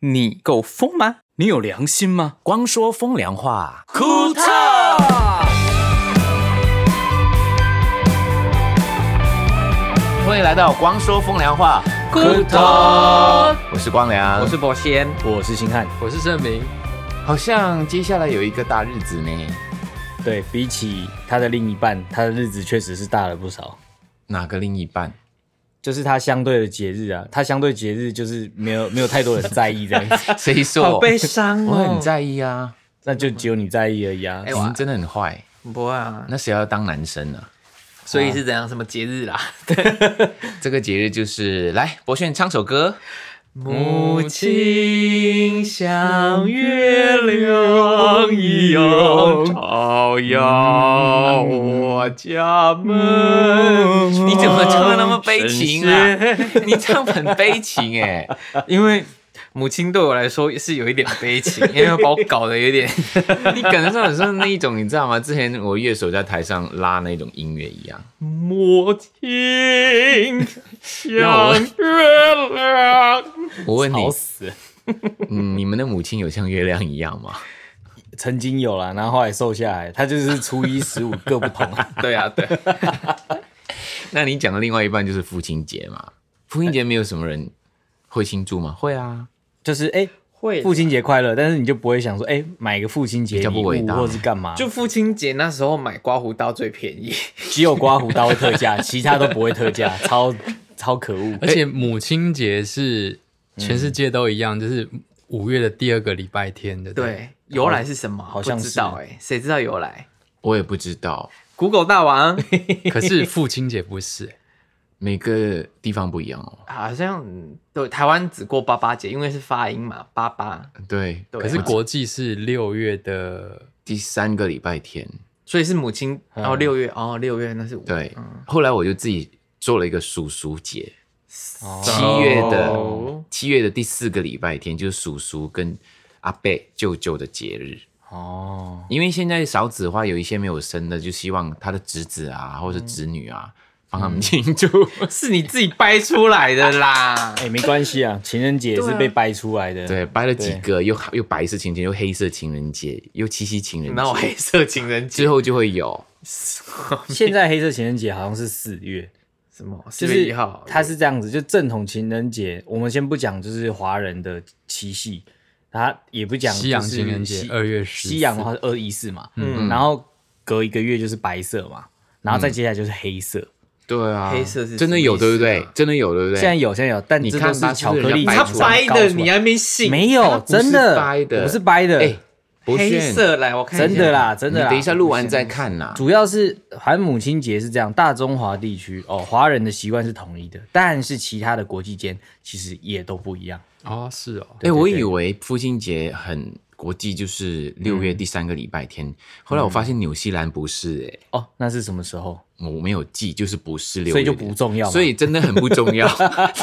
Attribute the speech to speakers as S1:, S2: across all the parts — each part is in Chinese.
S1: 你够疯吗？你有良心吗？
S2: 光说风凉话，
S1: 库特。
S2: 欢迎来到光说风凉话，
S1: 库
S3: 特，
S2: 我是光良，
S1: 我是博先，
S3: 我是星汉。
S4: 我是证明，
S2: 好像接下来有一个大日子呢，
S3: 对比起他的另一半，他的日子确实是大了不少。
S2: 哪个另 一半？
S3: 就是他相对的节日啊，他相对节日就是没有没有太多人在意这样 子，
S2: 谁说？
S1: 好悲伤
S2: 我
S1: 哦
S2: 很。在意啊，
S3: 那就只有你在意而已啊
S2: 你。
S4: 哎我
S2: 们真的很坏。
S4: 不会啊，
S2: 那谁要当男生呢、啊
S4: 所以是怎样？什么节日 啦？
S2: 这个节日就是来，博炫唱首歌。
S4: 母
S1: 亲像月亮一样
S4: 照耀哎我家 门。
S3: 嗯
S2: 你怎么唱的那么悲情啊？你唱很悲情哎、
S4: 因为母亲对我来说也是有一点悲情，因为把我搞得 有点……
S2: 你感觉上很像那一种，你知道吗？之前我乐手在台上拉那种音乐一样。
S4: 母亲
S2: 那我问
S4: 月亮，
S2: 我问你
S3: 好，死，
S2: 嗯，你们的母亲有像月亮一样 吗？
S3: 曾经有啦，然后后来瘦下来，他就是初一十五各不同。
S4: 对啊，对，
S2: 那你讲的另外一半就是父亲节嘛？父亲节没有什么人会庆祝吗？会啊，
S3: 就是哎、
S4: 会
S3: 父
S4: 父亲
S3: 亲节快乐，但是你就不会想说哎、买个父亲节
S2: 比较
S3: 礼
S2: 不伟
S3: 物
S2: 大
S3: 或是干嘛，就
S4: 就父亲节那时候买刮胡刀最便宜，
S3: 只有刮胡刀会特价，其他都不会特价，超超可恶。
S5: 而且母亲节是全世界都一样，就是五月的第二个礼拜天的。不，
S4: 对，由来是什么？
S3: 好像
S4: 不
S3: 是
S4: 知道哎、谁知道由来？
S2: 我也不知道，
S4: Google 大王
S5: 可是父亲节不是、
S2: 每个地方不一样哦。
S4: 好像嗯对台湾只过八八节，因为是发音嘛，八八，
S2: 对，
S4: 对啊
S5: 可是国际是六月的，
S2: 第三个礼拜天，
S4: 所以是母亲，
S3: 嗯
S4: 然后六月，哦，六月那是五
S2: 对
S4: 嗯，
S2: 后来我就自己做了一个叔叔节，
S3: 哦
S2: 七月的
S4: 哦
S2: 七月的第四个礼拜天就是叔叔跟阿伯舅舅的节日。
S3: 哦，
S2: 因为现在少子化，有一些没有生的，就希望他的侄子啊或者侄女啊帮他们庆祝。
S4: 是你自己掰出来的啦
S3: 哎、。没关系啊，情人节也是被掰出来 的。
S2: 对，掰了几个，又又白色情人节，又黑色情人节，又七夕情人
S4: 然后
S2: 节，
S4: 黑色情人节
S2: 之后就会有。
S3: 现在黑色情人节好像是四月，
S4: 什么四
S3: 就
S4: 月
S3: 是
S4: 一号，
S3: 它是这样子，就正统情人节，我们先不讲，就是华人的七夕，它也不讲
S5: 西洋情人节
S3: 就是西
S5: 2月14
S3: 西洋的话是二一四嘛，
S4: 嗯
S3: 然后隔一个月就是白色嘛，然后再接下来就是黑色。
S2: 对啊
S4: 黑色是
S2: 真的
S4: 什么
S2: 有，
S4: 意思
S2: 对不对
S4: 啊？
S2: 真的有，对不对？
S3: 现在有，现在有，但
S2: 你
S3: 这
S2: 看
S3: 都
S2: 吧
S3: 是
S2: 是不
S3: 巧
S2: 是
S3: 克
S2: 人
S3: 力
S2: 家
S4: 他
S2: 掰出
S4: 掰的，你
S3: 还
S4: 还没信？
S3: 没
S2: 它
S3: 有
S2: 不是
S3: 真的
S2: 掰的
S3: 我不是掰的，
S2: 哎，博
S4: 黑
S2: 轩，
S4: 色啊来，我看一下
S3: 真的，啦，真
S2: 你
S3: 的啦。
S2: 等一下录完再看呐。
S3: 主要是好像母亲节是这样，大中华地区哦，华人的习惯是统一的，但是其他的国际间其实也都不一样。
S5: 哦，是哦，
S2: 哎，
S3: 对
S2: 我
S3: 对
S2: 以为父亲节很国际，就是六
S3: 嗯
S2: 月第三个礼拜天。后来我发现纽西兰不是，哎，
S3: 哦，那是什么时候？
S2: 我没有记，就是不是六月，
S3: 所以就不重要嘛
S2: 所以真的很不重 要。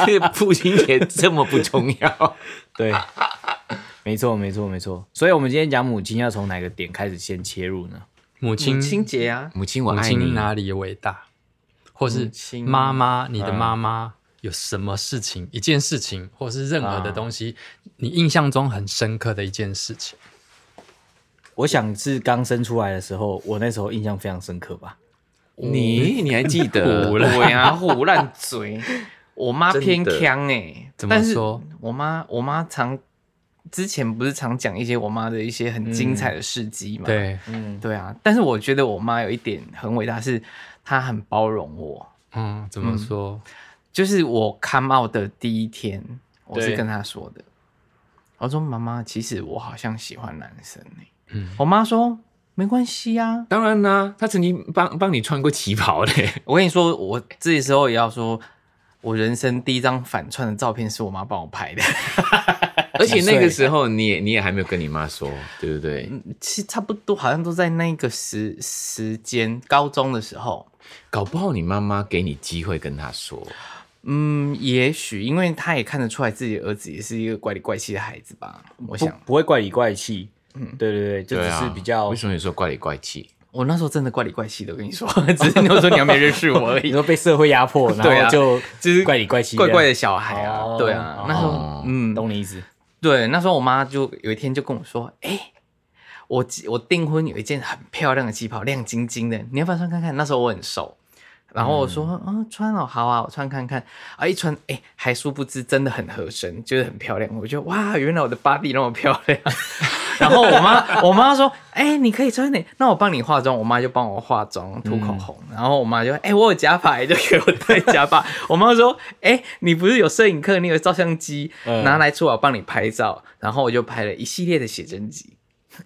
S2: 这个父亲节这么不重要，
S3: 对， 没错，没错，没错。所以我们今天讲母亲要从哪个点开始先切入呢？
S5: 母亲
S4: 母亲节啊，
S2: 母亲我
S5: 母
S2: 爱你
S5: 亲。哪里伟大，或
S4: 母
S5: 是
S4: 亲
S5: 妈妈，你的妈妈有什么事情，一件事情，或是任何的东西，你印象中很深刻的一件事情。
S3: 我想是刚生出来的时候，我那时候印象非常深刻吧。
S2: 你你还记 得
S5: 我？
S4: 对啊，胡烂 嘴。我妈偏
S2: 真的
S4: 腔哎，
S5: 怎
S4: 但
S5: 么
S4: 是
S5: 说？
S4: 我妈，我妈常之前不是常讲一些我妈的一些很精彩的事迹嘛、，
S5: 对，
S3: 嗯，
S4: 对啊，但是我觉得我妈有一点很伟大，是她很包容我。
S5: 嗯，怎么说？
S4: 就是我 come out 的第一天，我是
S3: 对
S4: 跟她说的，我说妈妈，其实我好像喜欢男生呢、
S5: 嗯
S4: 我妈说没关系啊，
S2: 当然啦，他曾经帮帮你穿过旗袍 嘞。
S4: 我跟你说，我这时候也要说，我人生第一张反串的照片是我妈帮我拍的，
S2: 而且那个时候你也你也还没有跟你妈说，对不对？
S3: 嗯
S4: 其实差不多好像都在那个时时间，高中的时候。
S2: 搞不好你妈妈给你机会跟她说，
S4: 嗯，也许因为他也看得出来自己的儿子也是一个怪里怪气的孩子吧。我
S3: 不
S4: 想，
S3: 不会怪里怪气。嗯，对对对，就只是比较。
S2: 啊为什么有时候怪里怪气？
S4: 我那时候真的怪里怪气的，我跟你说， 只是你有时候你还没认识我而
S3: 你
S4: 已，
S3: 说被社会压迫，
S4: 对
S3: 然
S4: 啊
S3: 后就
S4: 就是
S3: 怪里怪气，
S4: 怪怪的，小孩
S3: 哦
S4: 啊，对啊，那时候
S2: 哦
S4: 嗯，
S3: 懂你意思。
S4: 对，那时候我妈就有一天就跟我说：“哎、我我订婚有一件很漂亮的旗袍，亮晶晶的，你要不要穿看看？”那时候我很瘦，然后我说：“嗯，穿哦，好啊，我穿看看。”啊，一穿，哎、还殊不知真的很合身，就是很漂亮。我觉得哇，原来我的 body 那么漂亮。 然后我妈，我妈说：“哎、你可以穿点，那我帮你化妆。”我妈就帮我化妆、涂口红，然后我妈就：“哎、我有假发，就给我戴假发。”我妈说：“哎、你不是有摄影课，你有照相机，拿来出来我帮你拍照。”然后我就拍了一系列的写真集。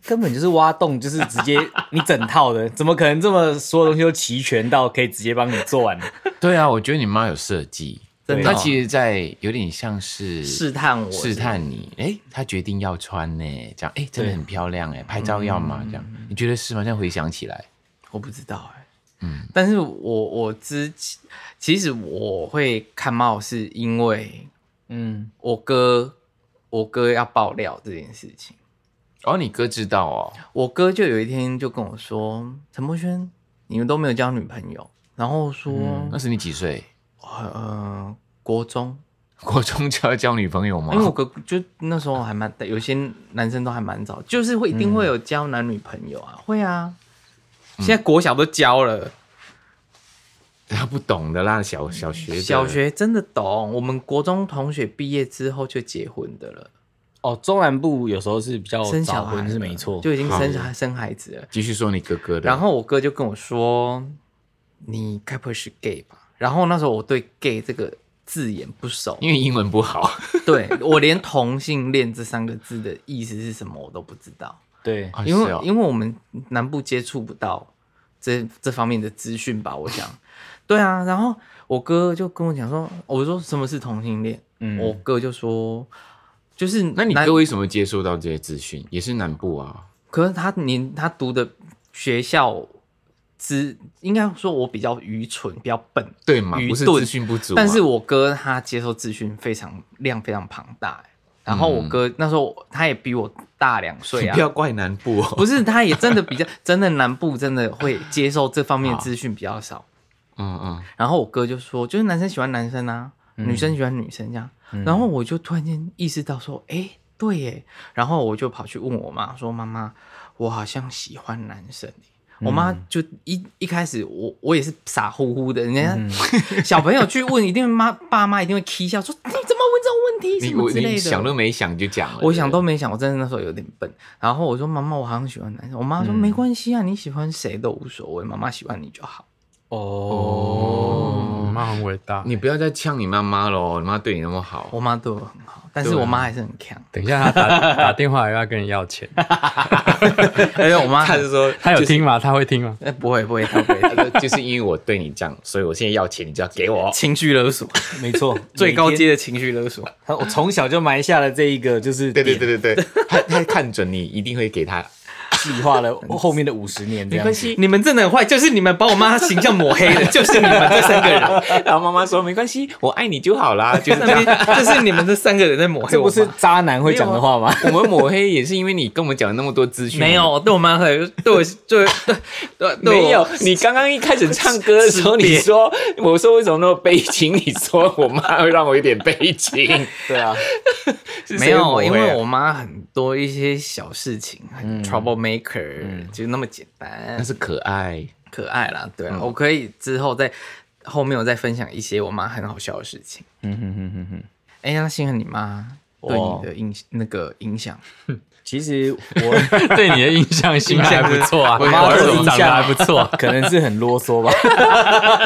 S3: 根本就是挖洞，就是直接你整套的，怎么可能这么所有东西都齐全到可以直接帮你做完呢？
S2: 对啊，我觉得你妈有设计，
S4: 真的
S2: 她
S4: 哦
S2: 其实在有点像是
S4: 试探我
S2: 试探你，哎，她决定要穿呢，这样，哎，真的很漂亮哎，拍照要吗？
S4: 嗯
S2: 这样，你觉得是吗？现在回想起来，
S4: 我不知道哎、嗯，但是我我之前其实我会看帽，是因为
S3: 嗯，
S4: 我哥我哥要爆料这件事情。
S2: 哦，你哥知道哦，
S4: 我哥就有一天就跟我说：“陈柏轩，你们都没有交女朋友。”然后说：“
S2: 那是你几岁？
S4: 呃，国中，
S2: 国中就要交女朋友吗
S4: 因为？我哥就那时候还蛮，有些男生都还蛮早，就是会一定
S2: 嗯
S4: 会有交男女朋友啊，会啊。现在国小都交了，
S2: 他不懂的啦，小小学的
S4: 小学真的懂。我们国中同学毕业之后就结婚的了，
S3: 哦，中南部有时候是比较
S4: 生
S3: 哦早
S4: 小孩
S3: 婚是
S4: 了
S3: 没错，
S4: 就已经生小生孩子了。
S2: 继续说你哥哥的，
S4: 然后我哥就跟我说：“你该不会是 gay 吧？”然后那时候我对 gay 这个字眼不熟，
S2: 因为英文不好，
S4: 对我连同性恋这三个字的意思是什么我都不知道，
S3: 对，
S2: 哦
S4: 因为、
S2: 是哦
S4: 因为我们南部接触不到这这方面的资讯吧，我想。对啊，然后我哥就跟我讲说，我说什么是同性恋，
S3: 嗯
S4: 我哥就说，就是
S2: 那你
S4: 南
S2: 哥为什么接收到这些资讯？也是南部啊，
S4: 可是他连他读的学校之，应该说我比较愚蠢，比较笨，
S2: 对嘛？
S4: 愚
S2: 不是
S4: 钝
S2: 资讯不足嘛，啊
S4: 但是我哥他接受资讯非常量非常庞大、欸然后我哥那时候他也比我大两岁
S2: 你
S4: 啊
S2: 嗯 不，要怪南部哦。
S4: 不是他也真的比较真的南部真的会接受这方面的资讯比较少。
S2: 嗯嗯，
S4: 然后我哥就说，就是男生喜欢男生啊，女生喜欢女生这样。
S2: 嗯
S4: 然后我就突然间意识到说，哎、对耶。然后我就跑去问我妈说，妈妈，我好像喜欢男生耶。
S2: 嗯
S4: 我妈就一一开始我我也是傻乎乎的，人家、
S2: 嗯
S4: 小朋友去问，一定妈爸妈一定会 k 笑说你怎么问这种问题什
S2: 你
S4: 么
S2: 我
S4: 之类
S2: 你
S4: 的。
S2: 想都没想就讲了，
S4: 我想都没想，我真的那时候有点笨。然后我说：“妈妈，我好像喜欢男生。”我
S2: 嗯
S4: 妈说：“没关系啊，你喜欢谁都无所谓，妈妈喜欢你就好。
S3: 哦
S2: 哦。
S5: 我妈很伟大。
S2: 你不要再呛你妈妈喽，你妈对你那么” 好，
S4: 我妈对啊我很好，但是我妈还是很 强。
S5: 等一下他打打电话又要跟你要钱，
S4: 而哎且我妈
S2: 她是说
S5: 他有听吗？他会听吗？
S4: 哎不会不会，她 不会
S2: 就是因为我对你这样，所以我现在要钱，你就要给我。
S4: 情绪勒索，
S3: 没 错，
S4: 最高
S3: 每天。
S4: 阶的情绪勒索。
S3: 他我从小就埋下了这一个就 是
S2: 对对对对对， 他他看准你一定会给 他。
S3: 计划了后面的五十年这样子。
S4: 你们真的很坏，就是你们把我妈形象抹 黑了，就是你们这三个 人，
S2: 然后妈妈说没关系，我爱你就好 啦，就是这样。
S4: 就是你们这三个人在抹黑
S3: 这
S4: 我
S3: 不
S4: 妈。
S3: 是渣男会讲的话吗？
S2: 我们抹黑也是因为你跟我们讲了那么多资讯，
S4: 没有，我对我妈很对我对对对对我
S2: 没有，你刚刚一开始唱歌的时候，你 说我说为什么那么悲情？你说我妈会让我有点悲情，
S3: 对啊，
S2: 是
S4: 没
S2: 谁会抹黑啊
S4: 有，嗯因为我妈很多一些小事情，很 trouble maker，、就那么简单
S2: 那，是可爱，
S4: 可爱啦。对
S3: 嗯
S4: 啊，我可以之后再后面我再分享一些我妈很好笑的事情。
S3: 嗯哼哼哼哼。
S4: 哎、那幸好你妈对
S3: 哦
S4: 你的影那个影响，
S3: 其实我
S5: 对你的印象性还不错啊，
S3: 我
S5: 我
S3: 妈
S5: 儿
S3: 的
S5: 子
S3: 印
S5: 长得
S3: 象
S5: 还不 错。啊
S3: 可能是很啰嗦吧。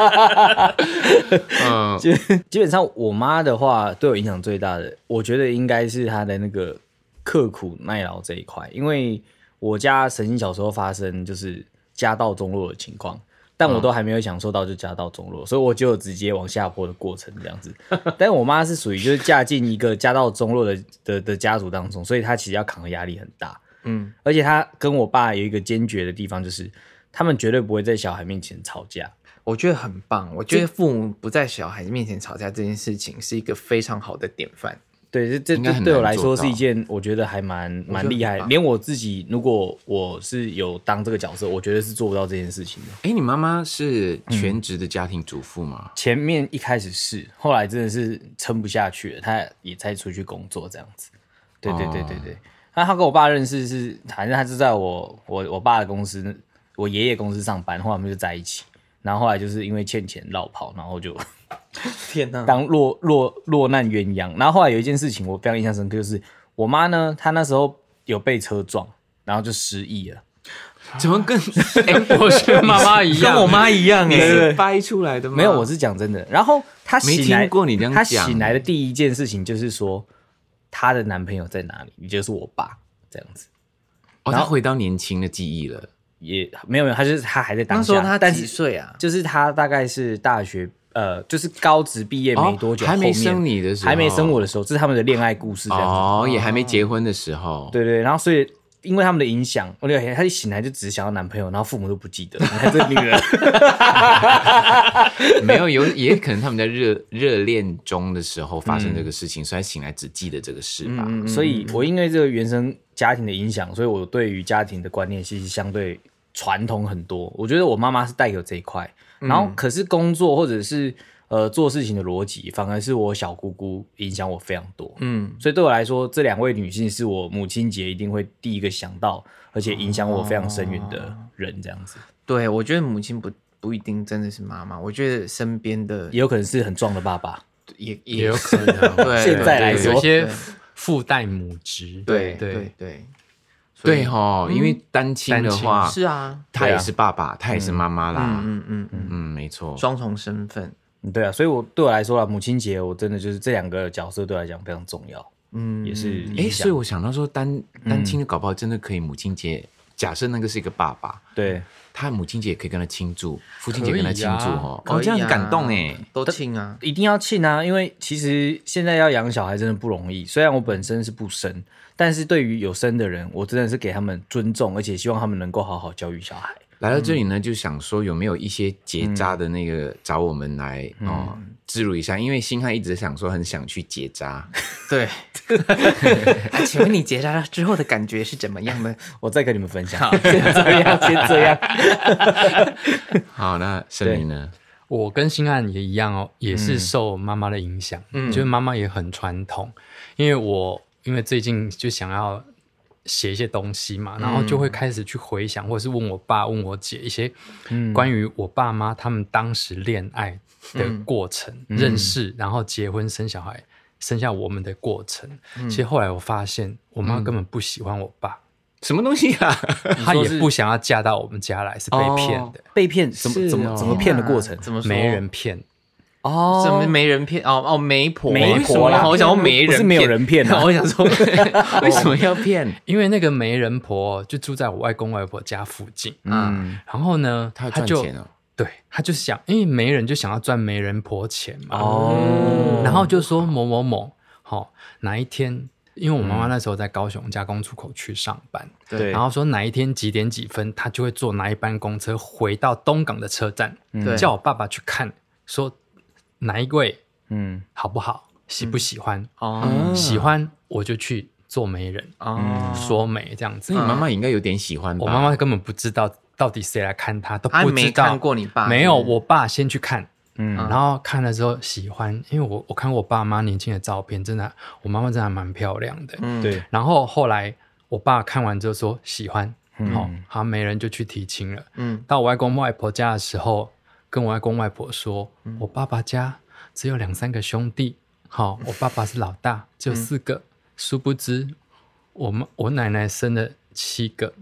S2: 嗯，
S3: 就基本上我妈的话对我影响最大的，我觉得应该是她的那个刻苦耐劳这一块，因为我家曾经小时候发生就是家道中落的情况。但
S5: 嗯
S3: 我都还没有享受到就家道中落，所以我就有直接往下坡的过程这样子。但我妈是属于就是嫁进一个家道中落的的的家族当中，所以她其实要扛的压力很大。
S4: 嗯，
S3: 而且她跟我爸有一个坚决的地方，就是他们绝对不会在小孩面前吵架。
S4: 我觉得很棒。我觉得父母不在小孩面前吵架这件事情是一个非常好的典范。
S3: 对，这这
S2: 应该
S3: 这
S2: 很
S3: 对我
S2: 难
S3: 来
S2: 做
S3: 说是
S2: 到
S3: 一件我觉得还蛮蛮
S4: 得
S3: 厉
S4: 很
S3: 害的，
S4: 棒
S3: 连我自己如果我是有当这个角色，我觉得是做不到这件事情的。
S2: 哎，你妈妈是
S3: 嗯
S2: 全职的家庭主妇吗？
S3: 前面一开始是，后来真的是撑不下去了，他也才出去工作这样子。对对对
S2: 哦
S3: 对对。那他跟我爸认识是，反正他是在我我我爸的公司，我爷爷公司上班，后来我们就在一起。然后后来就是因为欠钱绕跑，然后就
S4: 天哪！
S3: 当落落落难鸳鸯。然后后来有一件事情我非常印象深刻，就是我妈呢，她那时候有被车撞，然后就失忆了。
S2: 怎么跟
S5: 我跟妈妈一样，
S1: 跟我妈一样哎、
S3: 对
S2: 掰出来的吗？
S3: 没有，我是讲真的。然后她
S2: 欸没
S3: 醒来
S2: 听过你这样
S3: 她
S2: 讲
S3: 醒来的第一件事情就是说，她的男朋友在哪里？也就是我爸这样子。
S2: 哦，他回到年轻的记忆了。
S3: 也没有没有，她就是她还在当
S4: 那时
S3: 下。
S4: 候他
S3: 但
S4: 几
S3: 是
S4: 岁啊？
S3: 就是她大概是大学呃，就是高职毕业没多
S2: 哦
S3: 久，
S2: 还没
S3: 后面
S2: 生你的时候
S3: 还没生我的时候，这是他们的恋爱故事这样子。
S2: 哦，也还没结婚的时候。
S3: 对对，然后所以因为他们的影响，我了解她一醒来就只想要男朋友，然后父母都不记得，你看这个女人，
S2: 没有，有也可能他们在热热恋中的时候发
S3: 嗯
S2: 生这个事情，所以他醒来只记得这个事吧。
S3: 所以我因为这个原生家庭的影响，所以我对于家庭的观念其实相对传统很多。我觉得我妈妈是带给我这一块，然后可是工作或者是呃做事情的逻辑，反而是我小姑姑影响我非常多。
S4: 嗯，
S3: 所以对我来说，这两位女性是我母亲节一定会第一个想到，而且影响我非常深远的人，这样子
S4: 对，我觉得母亲不不一定真的是妈妈，我觉得身边的
S3: 也有可能是很壮的爸爸。
S4: 也
S5: 也
S4: 也
S5: 有可能。 啊
S4: 对，
S3: 现在来
S5: 对有
S3: 说
S5: 一些
S4: 对
S5: 附带母职，
S4: 对
S5: 对
S4: 对对，所以
S2: 对哈，
S3: 嗯
S2: 因为单亲的话，
S4: 是啊，
S2: 他也是爸爸，他也是妈妈
S3: 啊
S2: 啦。嗯
S4: 嗯嗯嗯，
S2: 没错。
S4: 双重身份，
S3: 嗯对啊，所以我对我来说啦，母亲节我真的就是这两个角色对我来讲非常重要，
S4: 嗯，
S3: 也是
S2: 哎，所
S3: 影响。嗯
S2: 以我想到说单单亲的搞不好真的可以母亲节，假设那个是一个爸爸，
S3: 对，
S2: 他母亲节也可以跟他庆祝，父亲节
S5: 可以
S2: 跟他庆祝
S5: 呀
S2: 哦，
S4: 可以
S2: 哦，这样很感
S4: 啊
S2: 动哎。
S4: 都亲啊，
S3: 一定要庆啊，因为其实现在要养小孩真的不容易。虽然我本身是不生，但是对于有生的人，我真的是给他们尊重，而且希望他们能够好好教育小孩。
S2: 来到这里呢，就想说有没有一些结扎的那个找我们来哦，记录一下，因为星汉一直想说很想去结扎，
S4: 对。啊请问你结扎之后的感觉是怎么样呢？
S3: 我再跟你们分享，先这样，先这样。
S2: 好，那森林呢？
S5: 我跟新汉也一样哦，也是受妈妈的影响，就是妈妈也很传统。因为我因为最近就想要写一些东西嘛，然后就会开始去回想，或者是问我爸、问我姐一些关于我爸妈他们当时恋爱的过程、认识，然后结婚、生小孩、生下我们的过程。其实后来我发现，我妈根本不喜欢我爸，
S2: 什么东西啊？
S5: 她也不想要嫁到我们家来，是被骗的，
S3: 被骗怎么
S2: 是
S3: 怎
S2: 哦
S3: 么怎么骗的过程
S4: 啊天哪？怎么说
S5: 没人骗。
S3: 哦
S4: 怎么没人骗？哦哦，媒婆，
S3: 媒婆啦
S4: 啦！我想说没人
S3: 不
S4: 骗，
S3: 是没有人骗啊
S4: 我想说，
S2: 为什么要骗？
S5: 因为那个媒人婆就住在我外公外婆家附近，
S4: 嗯，
S5: 然后呢，
S2: 他
S5: 他
S2: 要赚
S5: 就
S2: 钱哦。
S5: 对，他就想，因为媒人就想要赚媒人婆钱
S4: 啊
S5: 嘛，
S4: 嗯
S3: 哦
S5: 然后就说某某某，好、哪一天，因为我妈妈那时候在高雄加工出口区上班，
S3: 对，
S5: 然后说哪一天几点几分，她就会坐哪一班公车回到东港的车站，
S4: 嗯对
S5: 叫我爸爸去看，说哪一位
S3: 嗯，
S5: 好不好，喜不喜欢，
S4: 哦
S5: 喜欢我就去做媒人，
S4: 哦，
S5: 嗯说媒这样子。
S2: 那你妈嗯妈也应该有点喜欢吧？
S5: 我妈妈根本不知道到底谁来看她，都
S4: 啊
S5: 不
S4: 没
S5: 知道。
S4: 看过嗯你爸
S5: 没有，
S4: 是不是
S5: 我爸先去看，嗯，
S3: 嗯
S4: 啊
S5: 然后看了之后喜欢，因为我我看过我爸妈年轻的照片，真的，我妈妈真的还蛮漂亮的。
S4: 嗯
S3: 对，
S5: 然后后来我爸看完之后说喜欢，好、好没人就去提亲了。
S4: 嗯，
S5: 到我外公外婆家的时候，跟我外公外婆说，我爸爸家只有两三个兄弟，好、我爸爸是老大，只有四个。殊不知，我妈我奶奶生了七个，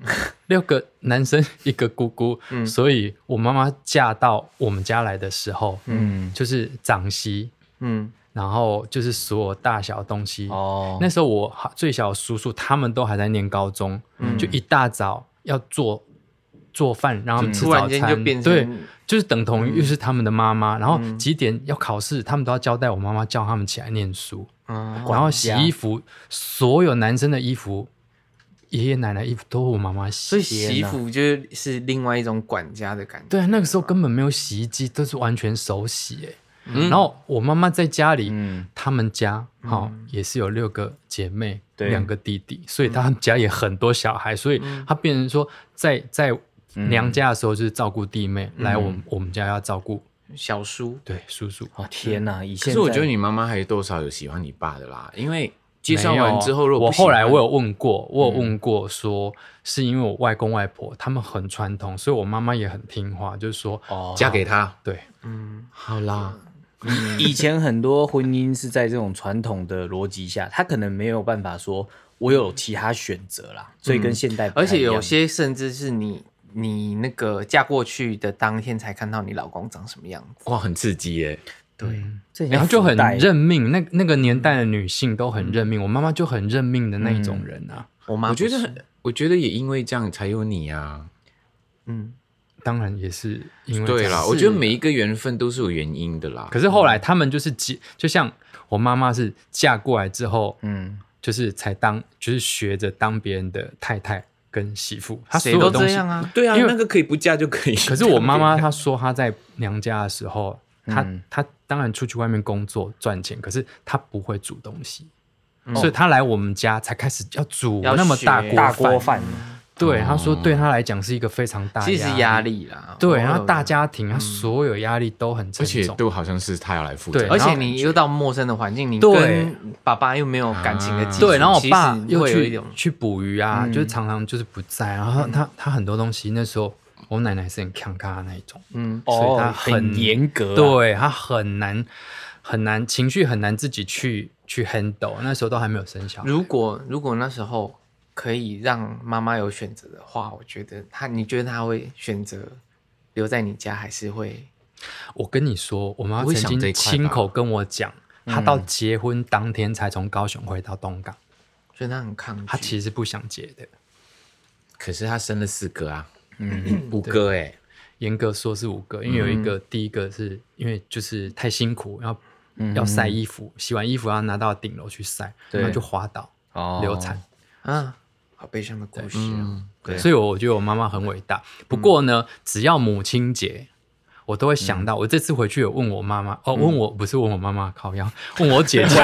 S5: 六个男生，一个姑姑。所以我妈妈嫁到我们家来的时候，嗯，就是长媳，
S4: 嗯，
S5: 然后就是所有大小东西，
S3: 哦，
S5: 那时候我好最小的叔叔他们都还在念高中，
S4: 嗯
S5: 就一大早要做做饭，然后嗯吃
S4: 突然
S5: 早
S4: 间
S5: 餐，
S4: 就变成嗯
S5: 对，就是等同于又是他们的妈妈，然后几点要考试，他们都要交代我妈妈叫他们起来念书，
S4: 啊，
S5: 然后洗衣服，所有男生的衣服，爷爷奶奶衣服都是我妈妈
S4: 所以
S5: 洗。
S4: 洗衣服就是另外一种管家的感觉。
S5: 对，那个时候根本没有洗衣机，都是完全手洗、欸。
S4: 嗯
S5: 然后我妈妈在家里，
S3: 嗯
S5: 他们家
S2: 嗯
S5: 好、也是有六个姐妹，
S3: 对
S5: 两个弟弟，所以他
S2: 嗯
S5: 们家也很多小孩，所以她变成说在在
S2: 嗯
S5: 娘家的时候就是照顾弟妹，来我们我们家要照顾
S4: 小叔，
S5: 对叔叔。
S3: 哦天哪！以
S2: 可
S3: 现
S2: 是我
S3: 在
S2: 觉得你妈妈还多少有喜欢你爸的啦，因为介绍完之后，
S5: 没
S2: 如
S5: 有
S2: 果
S5: 我
S2: 不喜欢嗯
S5: 后来我有问过，我有问过说，是因为我外公外婆他们很传统，所以我妈妈也很听话，就是说，
S3: 哦
S2: 嫁给他，
S5: 对，
S4: 嗯
S2: 好啦，
S3: 以前很多婚姻是在这种传统的逻辑下，他可能没有办法说我有其他选择啦，所以跟现代不太
S4: 而且
S3: 一样
S4: 有些甚至是你你那个嫁过去的当天才看到你老公长什么样子。
S2: 哇，很刺激耶！
S3: 这
S5: 然后就很
S3: 带
S5: 认命。那那个年代的女性都
S2: 嗯
S5: 很认命，我妈妈就很认命的那一种人啊。
S4: 我妈
S2: 我觉
S4: 不
S2: 得
S3: 嗯
S4: 是
S2: 很，我觉得也因为这样才有你啊。
S4: 嗯，
S5: 当然也是因为
S2: 对
S5: 这样
S2: 啦，我觉得每一个缘分都是有原因的啦。
S5: 可是后来
S4: 嗯
S5: 他们就是结，就像我妈妈是嫁过来之后，
S4: 嗯
S5: 嗯，就是才当，就是学着当别人的太太跟媳妇，她所
S4: 谁
S5: 有
S4: 都
S5: 东
S4: 这
S5: 西。
S4: 样啊。
S2: 对啊，
S5: 因为
S2: 那个可以不嫁就可以。啊
S5: 可是我妈妈她说她在娘家的时候，
S4: 嗯
S5: 她她当然出去外面工作赚钱，可是她不会煮东西。
S4: 嗯
S5: 所以她来我们家才开始要煮
S4: 要
S5: 那么大
S4: 学
S5: 锅
S3: 大锅饭，
S5: 对，她说对她来讲是一个非常大
S4: 哦其实是压力嗯啦，哦
S5: 对，
S4: 我
S5: 然后
S4: 有
S5: 大家庭，他所有压力都很
S2: 而
S5: 沉
S2: 且
S5: 重。
S2: 都好像是他要来负责
S5: 对，
S4: 而且
S5: 然后
S4: 你又到陌生的环境，你
S5: 对
S4: 跟爸爸又没有感情的基础，
S5: 对，然后我
S4: 嗯其实
S5: 爸又
S4: 会有一
S5: 去
S4: 种
S5: 去捕鱼啊，就是常常就是不在，然后他他很多东西那时候我奶奶是很强咖的那一种，
S4: 嗯，
S5: 所以
S3: 哦，
S5: 他
S3: 很严格啊，
S5: 对他很难很难情绪很难自己去去 handle，那时候都还没有生小孩，
S4: 如果如果那时候可以让妈妈有选择的话，我觉得她，你觉得她会选择留在你家，还是会？
S5: 我跟你说，我妈
S2: 我会想
S5: 曾
S2: 这一
S5: 经
S2: 块吧
S5: 亲口跟我讲，她到结婚当天才从高雄回到东港，
S4: 觉得她很抗拒。
S5: 她其实不想结的，
S2: 可是他生了四个啊，嗯，五个哎，
S5: 严格说是五个，因为有一个、第一个是因为就是太辛苦，要、要晒衣服，洗完衣服要拿到顶楼去晒，然后就滑倒、
S3: 哦
S5: 流产。
S4: 啊，好悲伤的故事啊！
S2: 对
S5: 所以我觉得我妈妈很伟大。不过呢，只要母亲节。我都会想到，我这次回去有问我妈妈，哦，问我不是问我妈妈，靠腰， 问我姐姐，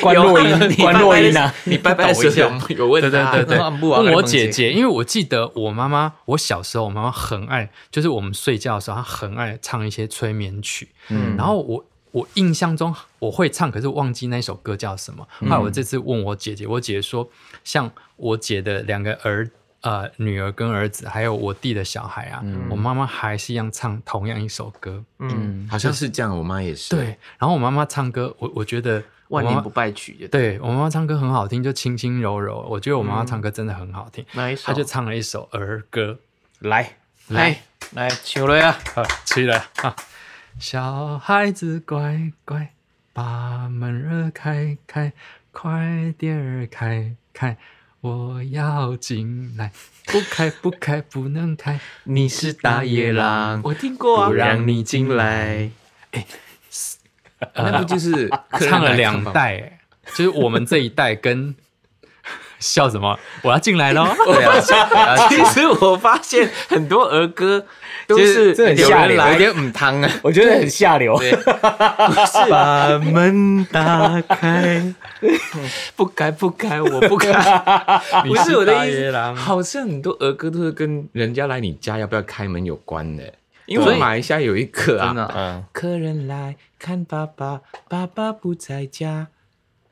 S3: 关若英，关若英啊，
S2: 你拜拜的时候有有问
S5: 对对
S2: 他，
S5: 对对，
S4: 啊不啊
S5: 问我
S4: 跟你
S5: 姐
S4: 讲
S5: 姐，因为我记得我妈妈，我小时候我妈妈很爱，就是我们睡觉的时候，她很爱唱一些催眠曲。嗯，然后我我印象中我会唱，可是忘记那首歌叫什么。后来
S4: 嗯
S5: 我这次问我姐姐，我姐姐说，像我姐的两个儿。呃，女儿跟儿子，还有我弟的小孩啊，我妈妈还是一样唱同样一首歌。
S4: 嗯，
S2: 好像是这样，我妈也是。
S5: 对，，然后我妈妈唱歌，我我觉得我
S4: 万
S5: 妈
S4: 年
S5: 妈
S4: 不败曲就对。
S5: 对我妈妈唱歌很好听，就轻轻柔柔。我觉得我妈妈唱歌真的很好听，
S4: 嗯哪一首
S5: 她就唱了一首儿歌，
S3: 来，
S4: 来来，求了呀！
S5: 啊，起来啊！小孩子乖乖，把门儿开开，快点儿开开，我要进来，不开不开不能开，
S4: 你是
S5: 大野狼
S4: 我听过啊
S5: 不。让你进
S4: 来，
S2: 那 不就是客人
S5: 唱了
S2: 来
S5: 两
S2: 看房
S5: 代、欸， 就是我们这一代跟 笑什么？我要进来 喽！
S2: 对啊，
S4: 其实我发现很多儿歌都
S2: 就是
S4: 是
S3: 这很
S4: 有
S3: 下
S4: 人
S3: 流
S4: 来点 嗯汤啊，
S3: 我觉得很下流，
S4: 把门打开，
S2: 不该不该，我不该，不是我的意
S5: 大野
S2: 思。
S5: 狼
S2: 好像很多儿歌都是跟人家来你家要不要开门有关的，因为我们马来西亚有一个
S4: 真
S2: 啊，
S4: 的。
S3: 嗯，
S2: 客人来看爸爸，爸爸不在家，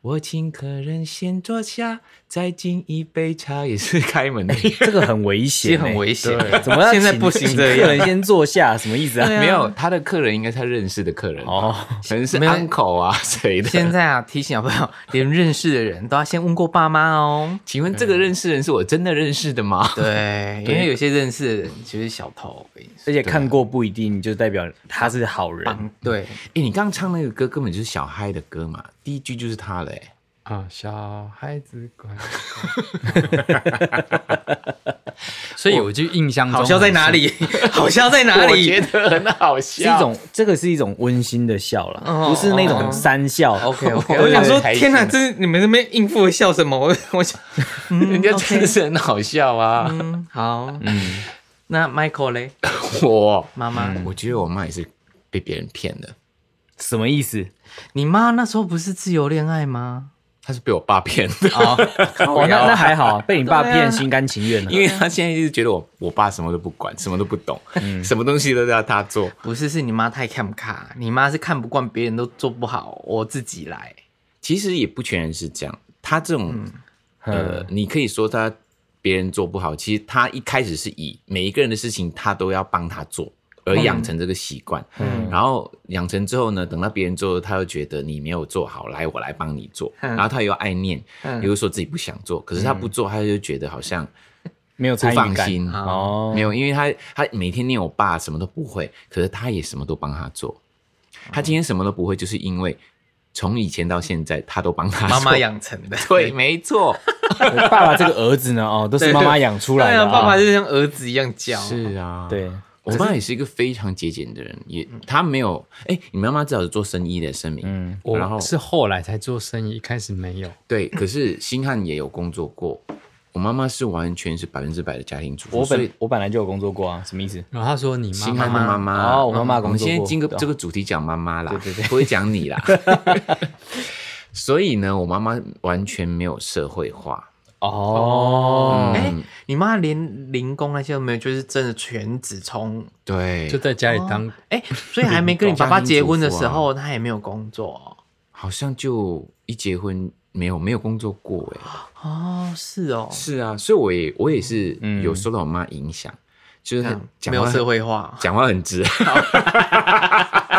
S2: 我请客人先坐下，再敬一杯茶，也是开门的。
S4: 哎
S3: 这个很危险欸，
S4: 其实很危险
S3: 对怎么要
S4: 现在
S3: 请
S4: 不行
S3: 请
S4: 这
S3: 客人
S4: 样
S3: 先坐下，什么意思啊？
S2: 没有，他的客人应该是他认识的客人，
S3: 哦，
S2: 可能是
S4: 没有
S2: uncle 啊谁的。
S4: 现在啊，提醒小朋友， 连认识的人都要先问过爸妈哦。
S2: 请问这个认识人是我真的认识的吗？
S4: 对，因为有些认识的人其实小偷，我跟你说
S3: 而且看过不一定就代表他是好人，
S4: 嗯对，
S2: 哎，你刚刚唱那个歌根本就是小嗨的歌嘛，第一句就是他哎了，诶
S5: 啊，小孩子乖。 所以我就印象中
S4: 好笑在哪里？ 好笑在哪里？
S2: 得很好笑
S3: 是一种这个是一种温馨的笑啦，
S4: 哦
S3: 不是那种三笑。
S4: OK OK，
S2: 我
S4: 我想说，
S2: 还行
S4: 天哪，这是你们那边应付笑什么？我我 想，
S2: 人家真的是很好笑 啊！
S4: 嗯，好，那 Michael 嘞，
S2: 我嗯
S4: 妈妈，
S2: 我觉得我妈也是被别人骗的，
S3: 什么意思？
S4: 你妈那时候不是自由恋爱吗？
S2: 她是被我爸骗的，
S4: 啊
S3: 哦，那那还好，被你爸
S4: 对啊
S3: 骗，心甘情愿了。
S2: 因为她现在一直觉得我我爸什么都不管，什么都不懂，
S4: 嗯
S2: 什么东西都要他做。
S4: 不是，是你妈太看不卡，你妈是看不惯别人都做不好，我自己来。嗯
S2: 其实也不全然是这样，他这种、呃，你可以说他别人做不好，其实他一开始是以每一个人的事情他都要帮他做，而养成这个习惯。
S4: 嗯
S2: 然后养成之后呢，等到别人做，他又觉得你没有做好，来我来帮你做，
S4: 嗯
S2: 然后他又爱念，
S4: 嗯
S2: 又说自己不想做，可是他不做，他就觉得好像
S3: 没有
S2: 不
S3: 参与
S2: 放
S3: 感
S2: 心
S4: 啊
S2: 嗯
S3: 哦
S2: 没有，因为他他每天念我爸什么都不会，可是他也什么都帮他做。他今天什么都不会，就是因为从以前到现在，他都帮他做
S4: 妈妈。养成的，
S2: 对，没错，
S3: 爸爸这个儿子呢，哦，都是妈妈养出来
S4: 对
S3: 的
S4: 啊，
S3: 啊，
S4: 爸爸就像儿子一样教，
S2: 是啊，。
S3: 对，
S2: 我妈也是一个非常节俭的人，也她没有哎、你妈妈至少是做生意的声明，
S3: 嗯
S2: 然后
S5: 我是后来才做生意，一开始没有。
S2: 对，可是星汉也有工作过，我妈妈是完全是百分之百的家庭主妇，
S3: 我
S2: 哦所以
S3: 本我本来就有工作过啊，什么意思？
S5: 然后他说：“你妈
S2: 星汉的
S5: 妈
S2: 妈妈嗯
S3: 哦我妈妈
S2: 我
S3: 工
S2: 们
S3: 作
S2: 现在
S3: 过
S2: 经过
S3: 对啊
S2: 这个主题讲妈妈啦，
S3: 对对对
S2: 不会讲你 啦。所以呢，我妈妈完全没有社会化，嗯
S3: 哦，
S4: 哎、你妈连零工那些都没有，就是真的全职从
S2: 对，
S5: 就在家里当
S4: 哎、所以还没跟你爸爸结婚的时
S2: 家庭主
S4: 候，她也没有工作
S2: 好像就一结婚没有没有工作过哎、
S3: 啊
S4: 哦。哦，是哦，
S2: 是啊，所以我也我也是
S3: 嗯
S2: 有受到我妈影响，就是她
S4: 嗯
S2: 讲
S4: 没
S2: 话
S4: 有社会化，
S2: 讲话很直，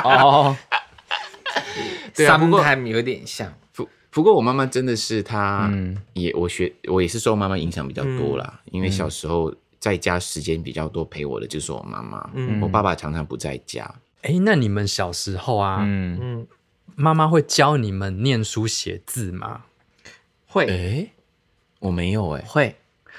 S3: 哦，
S2: 对啊不过
S4: sometime 有点像，
S2: 不不过我妈妈真的是她
S3: 嗯
S2: 也、我学我也是受妈妈影响比较多啦，因为小时候在家时间比较多陪我的就是我妈妈，
S4: 嗯
S2: 我爸爸常常不在家，
S5: 哎，那你们小时候啊，
S3: 嗯，
S4: 嗯，
S5: 妈妈会教你们念书写字吗？
S4: 会、
S2: 诶，我没有诶，
S4: 会，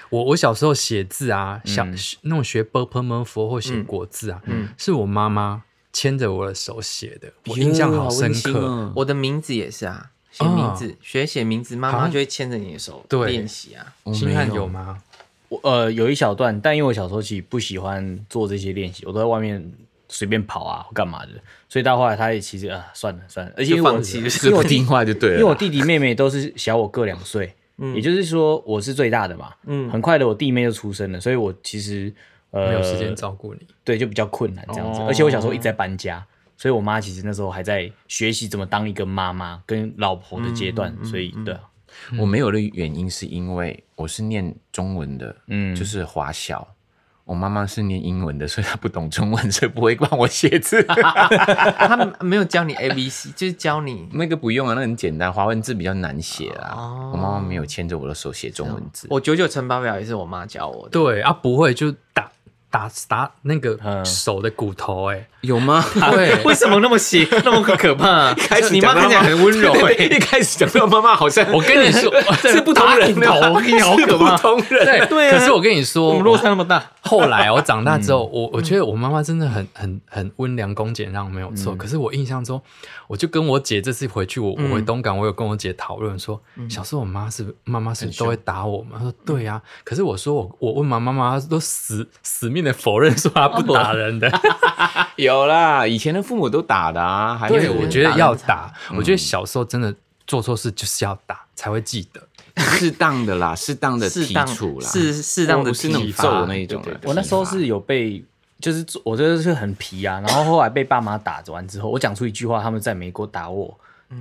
S5: 我我小时候写字啊，小、
S3: 嗯
S5: 那种学 b p m f 或写国字啊，
S4: 嗯
S5: 是我妈妈牵着我的手写的，我印象好深
S4: 哎
S5: 刻。
S2: 哦
S4: 我的名字也是啊，写
S5: 哦
S4: 名字，学写名字，妈
S5: 好
S4: 妈
S5: 像
S4: 就会牵着你的手
S5: 对
S4: 练习啊。
S2: 我
S5: 星汉
S2: 没
S5: 有吗？
S3: 我呃有一小段，但因为我小时候其实不喜欢做这些练习，我都在外面随便跑啊，干嘛的，所以到后来他也其实啊算了算了，而且
S4: 就
S3: 我
S4: 放 弃就是
S2: 是不听话就对
S3: 因
S2: 了，嗯
S3: 为我弟弟妹妹都是小我个两岁，也就是说我是最大的嘛，
S4: 嗯
S3: 很快的我弟妹就出生了，所以我其实呃
S5: 没有时间照顾你，
S3: 对，就比较困难这样子。
S4: 哦
S3: 而且我小时候一直在搬家，所以我妈其实那时候还在学习怎么当一个妈妈跟老婆的阶
S4: 嗯
S3: 段，所以对啊，
S2: 我没有的原因是因为我是念中文的，
S3: 嗯
S2: 就是华小。我妈妈是念英文的，所以她不懂中文，所以不会帮我写 字。
S4: 他们没有教你 A B C，就是教你。
S2: 那个不用啊，那很简单，华文字比较难写啦。
S4: 哦
S2: 我妈妈没有牵着我的手写中文字。
S4: 我九九乘法表也是我妈教我的，
S5: 对啊，不会就打打打那个
S3: 嗯
S5: 手的骨头、哎、
S2: 有吗？
S5: 对，
S4: 为什么那么邪，那么可 怕、啊？你妈看起来很温柔、
S2: 对
S4: 欸，
S2: 对 对一开始讲到妈妈好像
S5: 我跟你 说，
S2: 是不同人哦
S5: 打你 头我跟你好可
S2: 是
S5: 怕
S2: 不同人。
S5: 对
S4: 对啊
S5: 可是我跟你说，
S4: 我们落 差那么大，
S5: 后来我长大之后，我我觉得我妈妈真的很很很温良恭俭让，没有错。可是我印象中，我就跟我姐这次回去，我我回东港，我有跟我姐讨论说，小时候我妈是妈妈是都会打我嘛？她说对呀、可是我说我我问妈妈，妈妈都死死命的否认说她不打人的。
S2: 有啦，以前的父母都打的啊，还
S5: 对，
S2: 有
S5: 我
S2: 人
S5: 觉得
S2: 打
S5: 要打，我觉得小时候真的做错事就是要打才会记得。
S2: 适当的 啦，适当的
S4: 适
S2: 提
S4: 当
S2: 触啦，
S4: 是适当的
S2: 不是那种
S4: 体罚
S2: 揍那一种啦。
S4: 对对对
S3: 我那时候是有被，就是做我就是很皮啊，然后后来被爸妈打完之后，我讲出一句话，他们再没给我打我，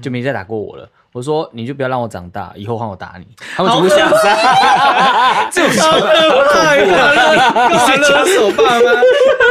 S3: 就没再打过我了。我说你就不要让我长大，以后换我打你。他们全部吓傻，
S4: 好可怕，干嘛勒索爸妈，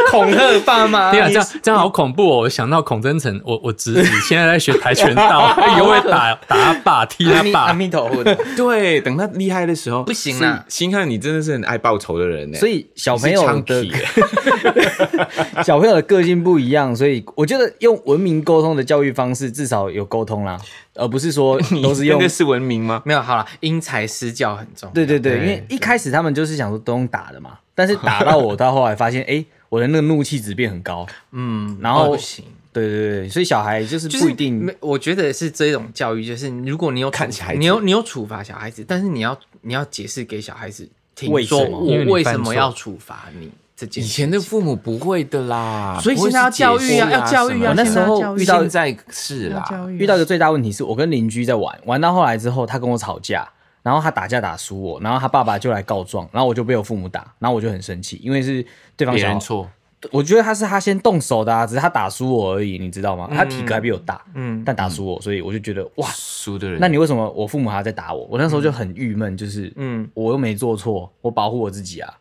S4: 恐吓爸 妈
S5: 对啊，这样这样好恐怖哦！我想到孔真诚，我我侄子现在在学跆拳道，以后会打打他爸，踢他爸。
S4: 弥陀佛，
S2: 对，等他厉害的时候
S4: 不行啦
S3: 啊
S2: 所以星汉，你真的是很爱报仇的人呢。
S3: 所以小
S2: 你是
S3: 朋友
S2: 枪啊
S3: 的
S2: 痞
S3: 小朋友的个性不一样，所以我觉得用文明沟通的教育方式，至少有沟通啦，而不是说都是用
S2: 那个是文明吗？
S4: 没有好了，因材施教很重要。
S3: 对对对，因为一开始他们就是想说都用打的嘛，但是打到我到后来发现，哎、我的那个怒气值变很高。
S4: 嗯，
S3: 然后
S4: 不行，
S3: 对对对，所以小孩就是
S4: 就是
S3: 不一定，
S4: 没我觉得是这种教育，就是如果你有处
S2: 看起来
S4: 你有你有处罚小孩子，但是你要你要解释给小孩子听，
S3: 为什
S4: 说
S3: 么
S4: 我
S5: 因为你
S4: 为
S5: 犯
S4: 什么
S5: 错
S4: 要处罚你这件
S2: 以
S4: 事。
S2: 前的父母不会的啦，
S4: 所以
S2: 不会
S4: 现在要教育啊
S2: 是解释
S4: 要教育啊
S2: 什么的
S3: 我那时候
S4: 现在要教育
S3: 遇到
S2: 现在是啦，
S3: 遇
S4: 啊
S3: 到一个最大问题是我跟邻居在玩，玩到后来之后，他跟我吵架，然后他打架打输我，然后他爸爸就来告状，然后我就被我父母打，然后我就很生气，因为是对方
S2: 别
S3: 小
S2: 人
S3: 孩
S2: 错，
S3: 我觉得他是他先动手的、啊，只是他打输我而已，你知道吗？他体格还比我大，
S4: 嗯，
S3: 但打输我，所以我就觉得哇，
S2: 输的人，
S3: 那你为什么我父母还在打我？我那时候就很郁闷，就是
S4: 嗯
S3: 嗯，我又没做错，我保护我自己啊。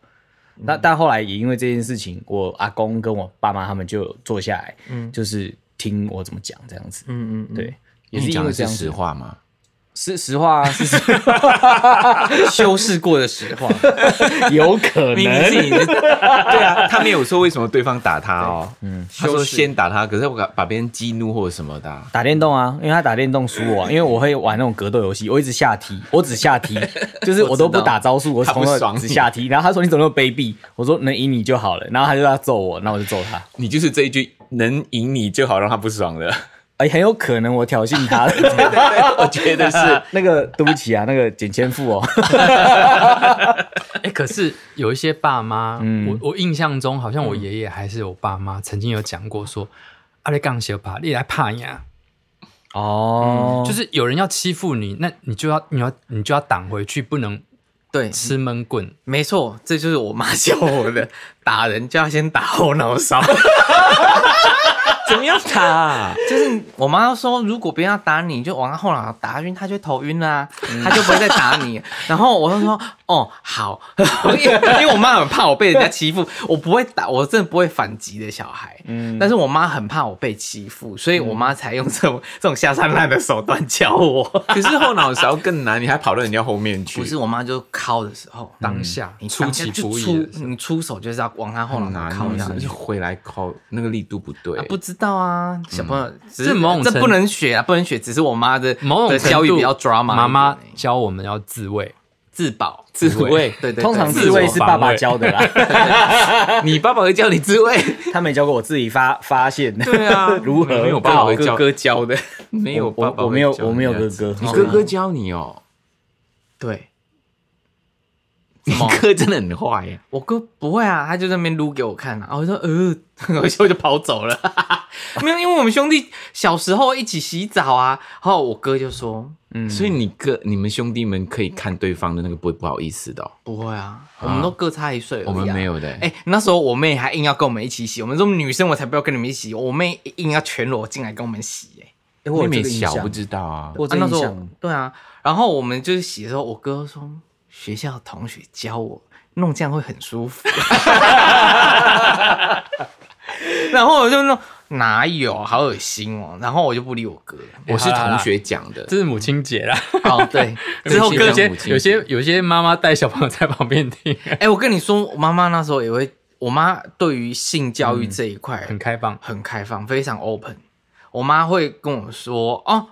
S3: 那但后来也因为这件事情，我阿公跟我爸妈他们就有坐下来，
S4: 嗯
S3: 就是听我怎么讲这样子。
S4: 嗯嗯，
S3: 对，
S2: 你
S3: 也是因
S2: 讲
S3: 为
S2: 的
S3: 这
S2: 是
S3: 样
S2: 实
S3: 子，
S2: 话吗？
S3: 是实话啊，是实
S1: 修饰过的实话，
S3: 有可
S1: 明明是
S3: 能。
S1: 你 的
S2: 对啊，他没有说为什么对方打他哦，嗯，他
S1: 修
S2: 说
S1: 饰
S2: 先打他，可是我把把别人激怒或者什么的啊，
S3: 打电动啊，因为他打电动输我、啊，因为我会玩那种格斗游戏，我一直下踢，我只 下踢，就是我都不打招数，我
S2: 他不
S3: 从头
S2: 爽
S3: 只
S2: 你
S3: 下踢。然后他说你怎么那么卑鄙？我说能赢你就好了。然后他就要揍我，那我就揍他。
S2: 你就是这一句能赢你就好，让他不爽了。
S3: 哎、很有可能我挑衅 他了。
S2: 我觉得是
S3: 那个对不起啊，那个简千富哦，
S5: 哎、可是有一些爸妈，
S3: 嗯
S5: 我我印象中好像我爷爷还是我爸妈曾经有讲过说，阿你杠小怕，你来怕呀，
S3: 哦
S5: 就是是有人要欺负你，那你就要你要你就要挡回去，不能
S4: 对，
S5: 吃闷棍。
S4: 没错，这就是我妈教我的，打人就要先打后脑勺。
S2: 怎么样打啊？
S4: 就是我妈说，如果别人要打你，你就往她后脑勺打下去，她就会头晕啦、
S2: 嗯
S4: 她就不会再打 你。然后我就说，哦，好，因为因为我妈很怕我被人家欺负，我不会打，我真的不会反击的小孩。
S2: 嗯
S4: 但是我妈很怕我被欺负，所以我妈才用这种这种下三滥的手段教我。
S2: 可是后脑勺更难，你还跑到人家后面去，
S4: 不是，我妈就敲的时候，
S5: 当下、
S4: 你
S5: 出
S4: 当下
S5: 其
S4: 就
S5: 不意
S4: 出
S5: 的时候，
S4: 你出手就是要往她后
S2: 很
S4: 脑
S2: 难
S4: 勺敲一下
S2: 啊，。就回来靠那个力度不对
S4: 啊，，不知道啊，小朋友，只是
S5: 这某种
S4: 这
S5: 程
S4: 不能学啊，不能学，只是我妈的
S5: 某种
S4: 的
S5: 程
S4: 教育
S5: 度
S4: 比较 drama，
S5: 妈
S4: 一
S5: 妈
S4: 点而已
S5: 教我们要自卫，
S4: 自保，
S2: 自卫
S4: 对对对，
S3: 通常
S4: 对
S3: 自卫
S5: 我
S3: 是
S5: 防
S3: 爸爸
S5: 卫
S3: 教的啦，
S2: 你爸爸会叫你自卫，
S3: 他没教过我自己发发现。
S2: 对啊，
S3: 如何
S2: 没有爸爸会
S4: 哥
S2: 教，
S4: 哥教的，
S2: 没有爸
S3: 我
S2: 爸
S3: 我没有
S2: 会教
S3: 我没有
S2: 你
S3: 哥
S2: 啊
S3: 哥，
S2: 你哥哥教你哦，
S4: 对，
S2: 你哥真的很坏呀。
S4: 我哥不会啊，他就在那边撸给我看啊，我就说呃， 我就就跑走了， 没有，因为我们兄弟小时候一起洗澡啊，然后我哥就说
S2: 所以你哥你们兄弟们可以看对方的那个不不好意思的哦，
S4: 不会啊，我们都各差一岁而已啊，
S2: 我们没有的
S4: 哎、那时候我妹还硬要跟我们一起洗，我们这种女生我才不要跟你们一起，我妹硬要全裸进来跟我们洗、哎，
S3: 诶我
S2: 妹妹
S3: 有这个印
S2: 小不
S3: 象，
S2: 知道啊，
S3: 我有
S4: 啊
S3: 这个
S4: 那
S3: 印
S4: 时候
S3: 象，
S4: 对啊，然后我们就是洗的时候，我哥说学校同学教我弄这样会很舒服， 然后我就弄哪有，好恶心哦，然后我就不理我哥了。
S2: 我是同学讲的，
S5: 这是母亲节啦。
S4: 哦，对，
S5: 之后
S2: 母亲节
S5: 有些
S2: 母亲节
S5: 有些有些妈妈带小朋友在旁边听，
S4: 哎、我跟你说，我妈妈那时候也会，我妈对于性教育这一块、
S5: 很开放。
S4: 很开放，非常 open。我妈会跟我说：“哦，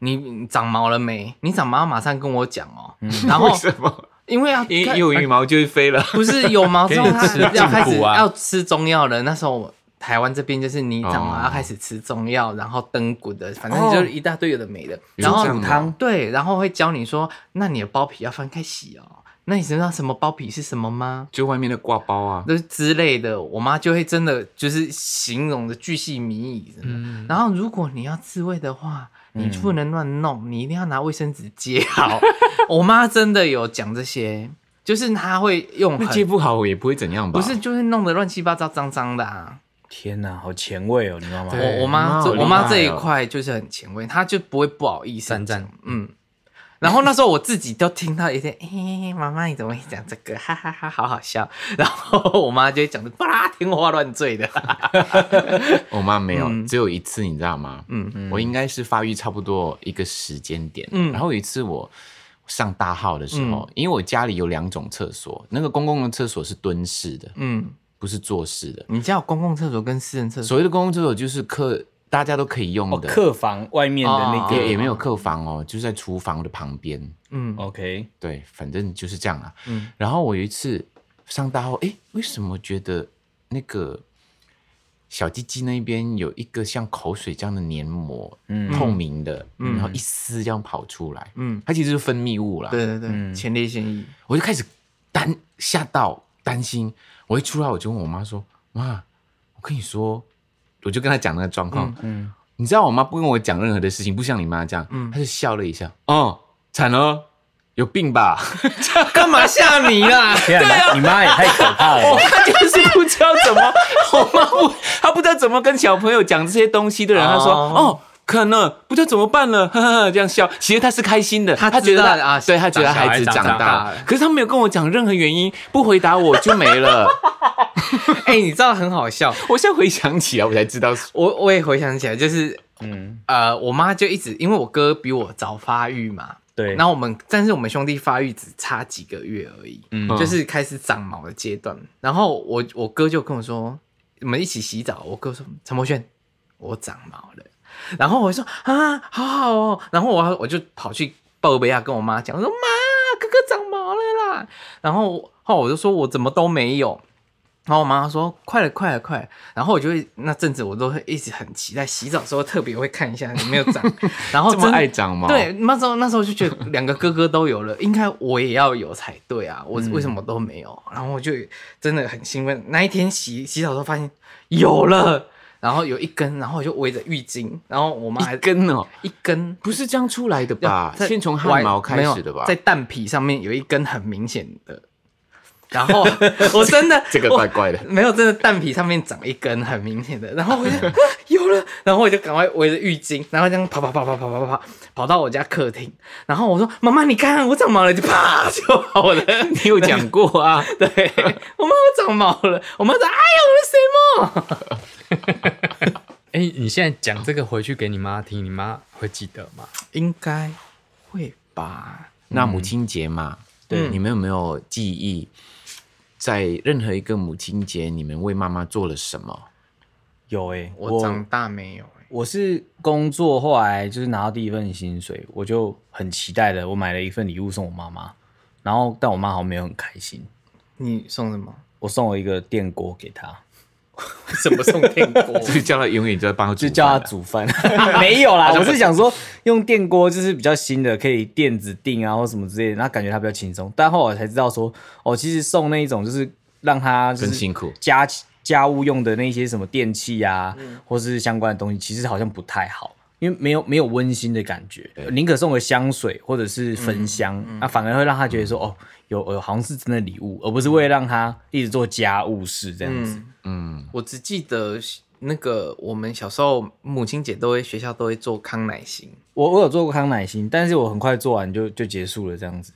S4: 你你长毛了没？你长毛马上跟我讲哦。然后
S2: 为什么？
S4: 因为要
S2: 因
S4: 看
S2: 因为羽毛就会飞了。
S4: 不是有毛之后，
S5: 给你
S4: 她
S5: 吃
S4: 要开始
S5: 进补啊
S4: 要吃中药了。那时候我台湾这边就是你长毛
S2: 哦
S4: 要开始吃中药，然后登骨的，反正就是一大堆有的没的。
S2: 有
S4: 然
S2: 这
S4: 后
S2: 样的
S3: 汤
S4: 对，然后会教你说，那你的包皮要翻开洗哦。那你知道什么包皮是什么吗？
S2: 就外面的挂包啊，
S4: 就是之类的，我妈就会真的就是形容的巨细靡遗，真的。
S5: 嗯
S4: 然后如果你要自慰的话，你就不能乱弄，你一定要拿卫生纸接好。我妈真的有讲这些，就是她会用
S2: 那接
S4: 很
S2: 不好也不会怎样吧？
S4: 不是就是弄得乱七八糟脏脏的啊。
S3: 天哪，好前卫哦，你知道吗？
S5: 对
S4: 我我
S2: 妈
S4: 妈这
S2: 好厉
S4: 我妈
S2: 害
S4: 这一
S2: 哦
S4: 块就是很前卫，她就不会不好意思
S5: 赞
S4: 讲
S5: 赞
S4: 嗯。然后那时候我自己都听到一些，哎、妈妈你怎么会讲这个？哈哈哈好好笑。然后我妈就会讲的，巴拉天花乱坠的。
S2: 我妈没有，
S4: 嗯
S2: 只有一次，你知道吗？
S4: 嗯
S2: 嗯，我应该是发育差不多一个时间点。
S4: 嗯
S2: 嗯，然后有一次我上大号的时候，因为我家里有两种厕所，那个公共的厕所是蹲式的，
S4: 嗯，
S2: 不是坐式的。
S4: 你家有公共厕所跟私人厕所？
S2: 所谓的公共厕所就是客大家都可以用
S3: 哦，
S2: 的，
S3: 客房外面的那
S4: 哦
S2: 嗯
S3: 个
S2: 也也没有客房哦，就是在厨房的旁边。
S4: 嗯
S3: OK，
S2: 对，反正就是这样啊。
S4: 嗯
S2: 然后我有一次上大号，诶，为什么觉得那个小鸡鸡那边有一个像口水这样的黏膜，
S3: 嗯
S2: 透明的，
S4: 嗯
S2: 然后一丝这样跑出来，
S4: 嗯，
S2: 它其实是分泌物啦。
S4: 对对对，
S3: 嗯
S4: 前列腺液。
S2: 我就开始担吓到担心，我一出来我就问我妈说：“妈，我跟你说，我就跟她讲那个状况，
S3: 嗯，
S2: 你知道我妈不跟我讲任何的事情，不像你妈这样，
S4: 嗯
S2: 她就笑了一下，哦，惨了，有病吧？
S4: 干嘛吓你啦？
S3: 天啊，你妈也太可怕了
S2: 哦
S3: 吧！，
S2: 他就是不知道怎么， 我妈不，他不知道怎么跟小朋友讲这些东西的人，他说哦。可能不知道怎么办了， 呵呵呵，这样笑。其实他是开心的，
S4: 他
S2: 他觉得
S4: 知道了啊
S2: 对他觉得
S5: 长小孩
S2: 孩子
S5: 长
S2: 长
S5: 长
S2: 大
S5: 大
S2: 了，可是他没有跟我讲任何原因，不回答我就没了。
S4: 哎、你知道很好笑，
S2: 我现在回想起来，我才知道是
S4: 我我也回想起来，就是
S3: 嗯，
S4: 呃，我妈就一直因为我哥比我早发育嘛，
S3: 对，
S4: 然后我们但是我们兄弟发育只差几个月而已，
S3: 嗯
S4: 就是开始长毛的阶段。然后我我哥就跟我说，我们一起洗澡，我哥说陈柏轩，我长毛了。然后我就说啊，好好哦。然后我我就跑去鲍维亚跟我妈讲，我说妈，哥哥长毛了啦。然后后来我就说我怎么都没有。然后我妈说：“快了，快了，快了！”然后我就会那阵子，我都会一直很期待洗澡的时候，特别会看一下有没有 长。然后
S2: 这么
S4: 哦真
S2: 爱长毛。
S4: 对，那时候那时候就觉得两个哥哥都有了， 应该我也要有才对啊，我
S2: 嗯
S4: 为什么都没有？然后我就真的很兴奋，那一天洗洗澡的时候发现有了，然后有一根，然后我就围着浴巾，然后我妈还
S2: 一根哦，
S4: 一根。
S2: 不是这样出来的吧？
S4: 在
S2: 先从汗毛开
S4: 没有
S2: 始的吧？
S4: 在蛋皮上面有一根很明显的，然后我真的
S2: 这个
S4: 我
S2: 怪怪的。
S4: 没有，真的蛋皮上面长一根很明显的，然后我就、啊、有了，然后我就赶快围着浴巾，然后这样跑跑跑跑跑跑跑跑到我家客厅，然后我说妈妈你看我长毛了，就啪就跑了。
S2: 你有讲过啊？
S4: 对，我妈我长毛了，我妈说哎呀我的 C
S5: 哎、你现在讲这个回去给你妈听，你妈会记得吗？
S4: 应该会吧？
S2: 那母
S4: 嗯
S2: 亲节嘛，对，你们有没有记忆，在任何一个母亲节，你们为妈妈做了什么？
S3: 有诶，
S4: 我长大没有、欸
S3: 我是工作，后来就是拿到第一份薪水，我就很期待的，我买了一份礼物送我妈妈，然后但我妈好像没有很开心，
S4: 你送什么？
S3: 我送了一个电锅给她，
S4: 什么送电锅？
S2: 就叫他永远就在帮我煮饭啊，
S3: 就叫她煮饭， 没有啦，我是想说用电锅就是比较新的，可以电子订啊或什么之类的，那感觉她比较轻松，但后来才知道说，哦，其实送那一种就是让她就
S2: 更
S3: 是
S2: 辛苦。
S3: 家家务用的那些什么电器啊，或是相关的东西，其实好像不太好，因为没有没有温馨的感觉，宁可送个香水或者是焚香，那、反而会让他觉得说，哦，有有好像是真的礼物，而不是为了让他一直做家务事这样子。
S4: 嗯，
S2: 嗯，
S4: 我只记得那个我们小时候母亲节都会学校都会做康乃馨。
S3: 我我有做过康乃馨，但是我很快做完就就结束了这样子。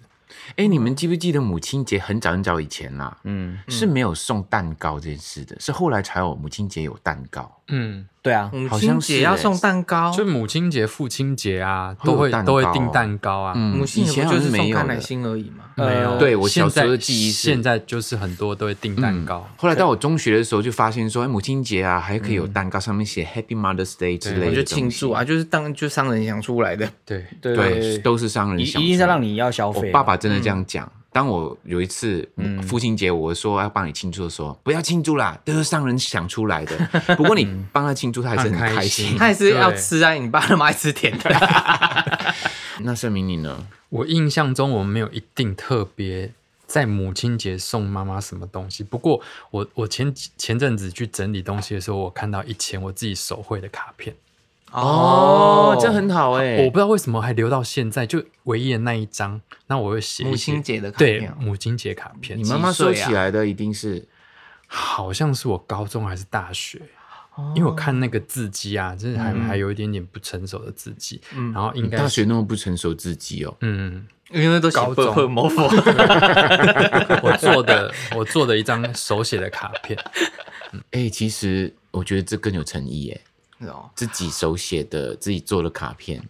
S2: 哎，你们记不记得母亲节很早很早以前啦、
S3: 嗯，
S2: 是没有送蛋糕这件事的，是后来才有母亲节有蛋糕。
S5: 嗯，
S3: 对啊，
S4: 母
S2: 好
S4: 亲
S2: 像
S4: 节
S2: 是
S4: 要
S2: 欸
S4: 送蛋糕，
S5: 就母亲节、父亲节啊，
S2: 会有
S5: 都会
S2: 蛋糕
S5: 都会
S2: 哦
S5: 订蛋糕啊。
S2: 嗯，
S4: 母亲
S2: 以
S4: 节
S2: 前
S4: 不
S2: 好
S4: 就
S2: 像
S4: 是
S2: 没
S4: 送
S2: 有
S4: 康
S2: 的
S4: 乃馨而已吗？
S3: 呃
S5: 没有，
S2: 对我小
S5: 现
S2: 时候
S5: 在
S2: 的记忆是嗯
S5: 现在就是很多都会订蛋糕。
S2: 后来到我中学的时候，就发现说，哎，母亲节啊，还可以有蛋糕，上面写 Happy Mother's Day 之类
S5: 对
S4: 我
S2: 的
S4: 就
S2: 东西
S4: 庆祝。啊，就是当就商人想出来的，
S5: 对，
S3: 对
S2: 对，都是商人
S3: 一
S2: 想
S3: 一定
S2: 出
S3: 是
S2: 来的
S3: 让你要消
S2: 我
S3: 费啊。
S2: 爸爸真的这样讲。当我有一次父亲节，我说要帮你庆祝的时候，不要庆祝啦，都是商人想出来的。不过你帮他庆祝，他还是很开心
S5: 很。
S4: 他也是要
S5: 对
S4: 吃啊，你爸他妈爱吃甜的。
S2: 那盛明你呢？
S5: 我印象中我没有一定特别在母亲节送妈妈什么东西，不过我我前几前阵子去整理东西的时候，我看到以前我自己手绘的卡片，
S2: 哦，这很好
S5: 我
S2: 哎
S5: 不。知道为什么还留到现在，就唯一的那一张，那我会写一些
S4: 母亲节的卡
S5: 对
S4: 片哦，
S5: 母亲节卡片
S2: 你，妈妈
S4: 几岁
S2: 收
S4: 啊
S2: 起来的一定是
S5: 好像是我高中还是大学。
S4: 哦
S5: 因为我看那个字迹啊，就是还、还有一点点不成熟的字迹，然后应该
S2: 大学那么不成熟自己哦。
S5: 嗯，
S4: 因为都写
S5: 高
S4: 不
S5: 中
S4: 会魔 佛，
S5: 我做的我做的一张手写的卡片，
S2: 哎，其实我觉得这更有诚意哎，
S4: 是哦
S2: 自己手写的，自己做的卡片，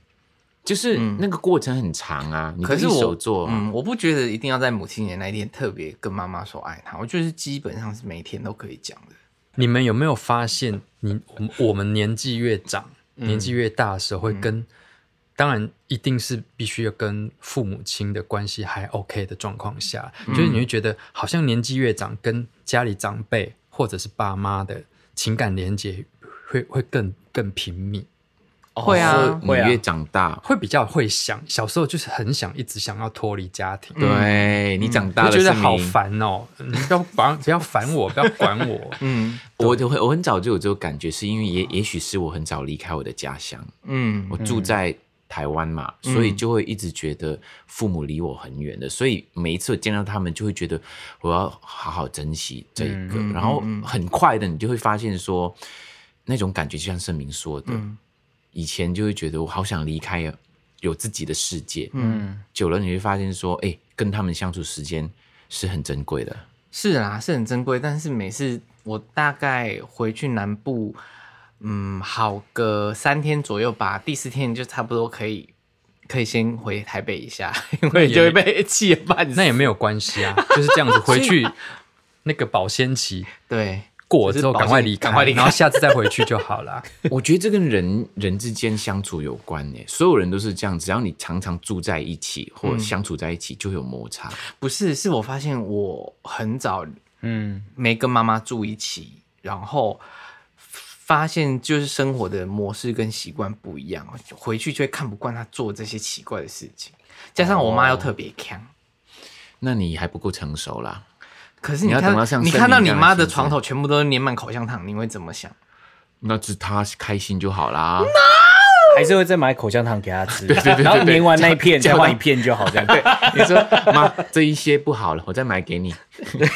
S2: 就是那个过程很长啊。你
S4: 可是
S2: 自己
S4: 我
S2: 手做啊，
S4: 嗯，我不觉得一定要在母亲节那一天特别跟妈妈说爱她，我就是基本上是每天都可以讲的。
S5: 你们有没有发现你，我我们年纪越长，年纪越大的时候，会跟、当然一定是必须要跟父母亲的关系还 OK 的状况下，就是你会觉得好像年纪越长，跟家里长辈或者是爸妈的情感连接会会更更频密。
S4: 会啊，
S2: 你
S3: 会啊
S2: 越长大，
S5: 会比较会想，小时候就是很想一直想要脱离家庭，
S2: 对你长大
S5: 嗯我
S2: 了，
S5: 觉得
S2: 盛
S5: 好
S2: 明
S5: 烦哦！你不要烦，不要烦我，不要管我。
S4: 嗯
S2: 我就会，我很早就有这个感觉，是因为也也许是我很早离开我的家乡，
S4: 嗯
S2: 我住在台湾嘛，所以就会一直觉得父母离我很远的，所以每一次我见到他们，就会觉得我要好好珍惜这一个。然后很快的，你就会发现说，那种感觉就像盛明说的，
S4: 嗯
S2: 以前就会觉得我好想离开，有自己的世界。嗯，久了你会发现说，哎、跟他们相处时间是很珍贵的。
S4: 是啦，是很珍贵，但是每次我大概回去南部，嗯，好个三天左右吧，第四天就差不多可以，可以先回台北一下，因为
S5: 也
S4: 就会被气得半死。
S5: 那也没有关系 啊，就是这样子回去，那个保鲜期
S4: 对，
S5: 过了之后赶快离开，
S4: 赶快离开
S5: 然后下次再回去就好 了。
S2: 我觉得这跟人人之间相处有关呢，所有人都是这样，只要你常常住在一起或者相处在一起，就会有摩擦。
S4: 不是，是我发现我很早
S3: 嗯，
S4: 没跟妈妈住一起，然后发现就是生活的模式跟习惯不一样，回去就会看不惯她做这些奇怪的事情，加上我妈
S5: 哦
S4: 又特别强。
S2: 那你还不够成熟啦。
S4: 可是
S2: 你
S4: 你
S2: 要
S4: 看
S2: 等到
S4: 到
S2: 像
S4: 你
S2: 森
S4: 看到
S2: 林
S4: 你
S2: 一样
S4: 妈
S2: 的
S4: 的
S2: 存
S4: 床
S2: 在
S4: 头全部都是粘满口香糖，你会怎么想？
S2: 那是他开心就好啦。
S3: 还是会再买口香糖给他吃，然后粘完那一片再换一片就好，这样。对，
S2: 你说妈，这一些不好了，我再买给你。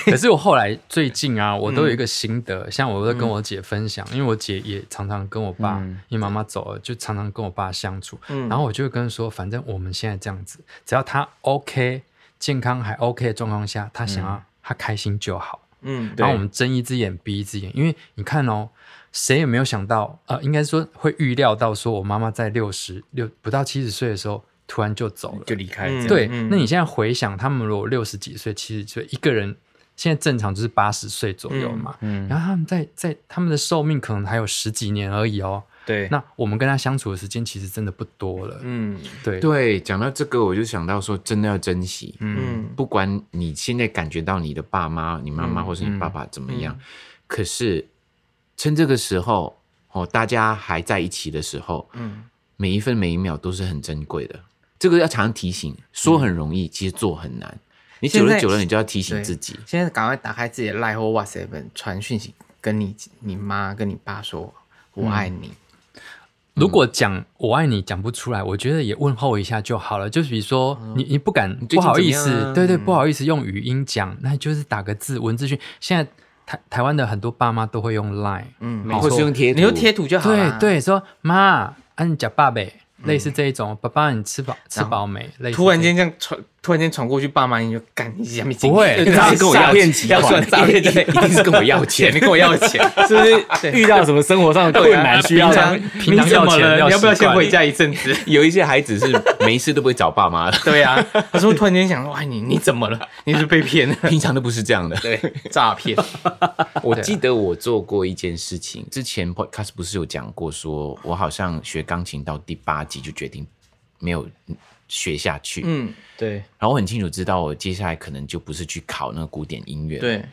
S5: 可是我后来最近啊，我都有一个心得，
S4: 嗯
S5: 像我在跟我姐分享，因为我姐也常常跟我爸，
S4: 嗯
S5: 因为妈妈走了，就常常跟我爸相处。然后我就会跟她说，反正我们现在这样子，只要她 OK，健康还 OK 的状况下，她想要她开心就好。
S4: 嗯，
S5: 然后我们睁一只眼闭一只眼，因为你看哦，谁也没有想到，呃，应该说会预料到，说我妈妈在六十六不到七十岁的时候突然就走了，
S3: 就离开了。
S4: 嗯
S5: 对，那你现在回想，他们如果六十几岁、七十岁，一个人现在正常就是八十岁左右嘛，
S4: 嗯
S3: 嗯
S5: 然后他们在在他们的寿命可能还有十几年而已哦。
S3: 对，
S5: 那我们跟他相处的时间其实真的不多了，
S4: 嗯
S5: 对，
S2: 对，讲到这个，我就想到说，真的要珍惜。
S4: 嗯
S2: 不管你现在感觉到你的爸妈、你妈妈或是你爸爸怎么样，可是趁这个时候哦，大家还在一起的时候，
S4: 嗯
S2: 每一分每一秒都是很珍贵的。这个要常常提醒，说很容易，其实做很难。你久
S4: 现
S2: 了
S4: 在
S2: 久了，你就要提醒
S4: 对
S2: 自己，
S4: 现在赶快打开自己的 Line 或 WhatsApp 传讯息，跟你你妈跟你爸说我爱你。
S5: 如果讲我爱你讲不出来，我觉得也问候一下就好了。就比如说你你不敢
S2: 嗯最近
S5: 不好意
S2: 怎么样啊
S5: 思，对对，不好意思用语音讲，那就是打个字文字讯。现在台台湾的很多爸妈都会用 Line，
S4: 嗯，
S5: 没
S2: 或
S5: 错
S2: 是用贴图，
S4: 你就贴图就好
S5: 对
S4: 了。
S5: 对，说妈，啊你讲爸呗，
S2: 嗯
S5: 类似这一种，爸爸你吃饱吃饱没？类似
S4: 突然
S5: 这一
S4: 间这样传，突然间传过去，爸妈你就干，你下面
S5: 不会
S2: 他是跟我要钱，
S4: 要算诈骗集
S2: 一定是跟我要钱，
S4: 你跟我要钱，
S3: 是不是遇到什么生活上的困难需要
S4: 平
S3: 他
S4: 常
S3: 们？
S5: 平常
S4: 啊你怎
S5: 要
S4: 么
S5: 钱
S4: 了？
S5: 要
S4: 你要不要
S5: 习惯
S4: 先回家一阵子？
S2: 有一些孩子是没事都不会找爸 妈的，
S4: 对啊，他说突然间想说，哎你你怎么了？你是被骗了？
S2: 平常都不是这样的。
S4: 对，诈骗。
S2: 我记得我做过一件事情，之前 podcast 不是有讲过说，我好像学钢琴到第八级就决定没有学下去，
S4: 嗯，
S3: 对，
S2: 然后我很清楚知道我接下来可能就不是去考那个古典音乐。
S4: 对，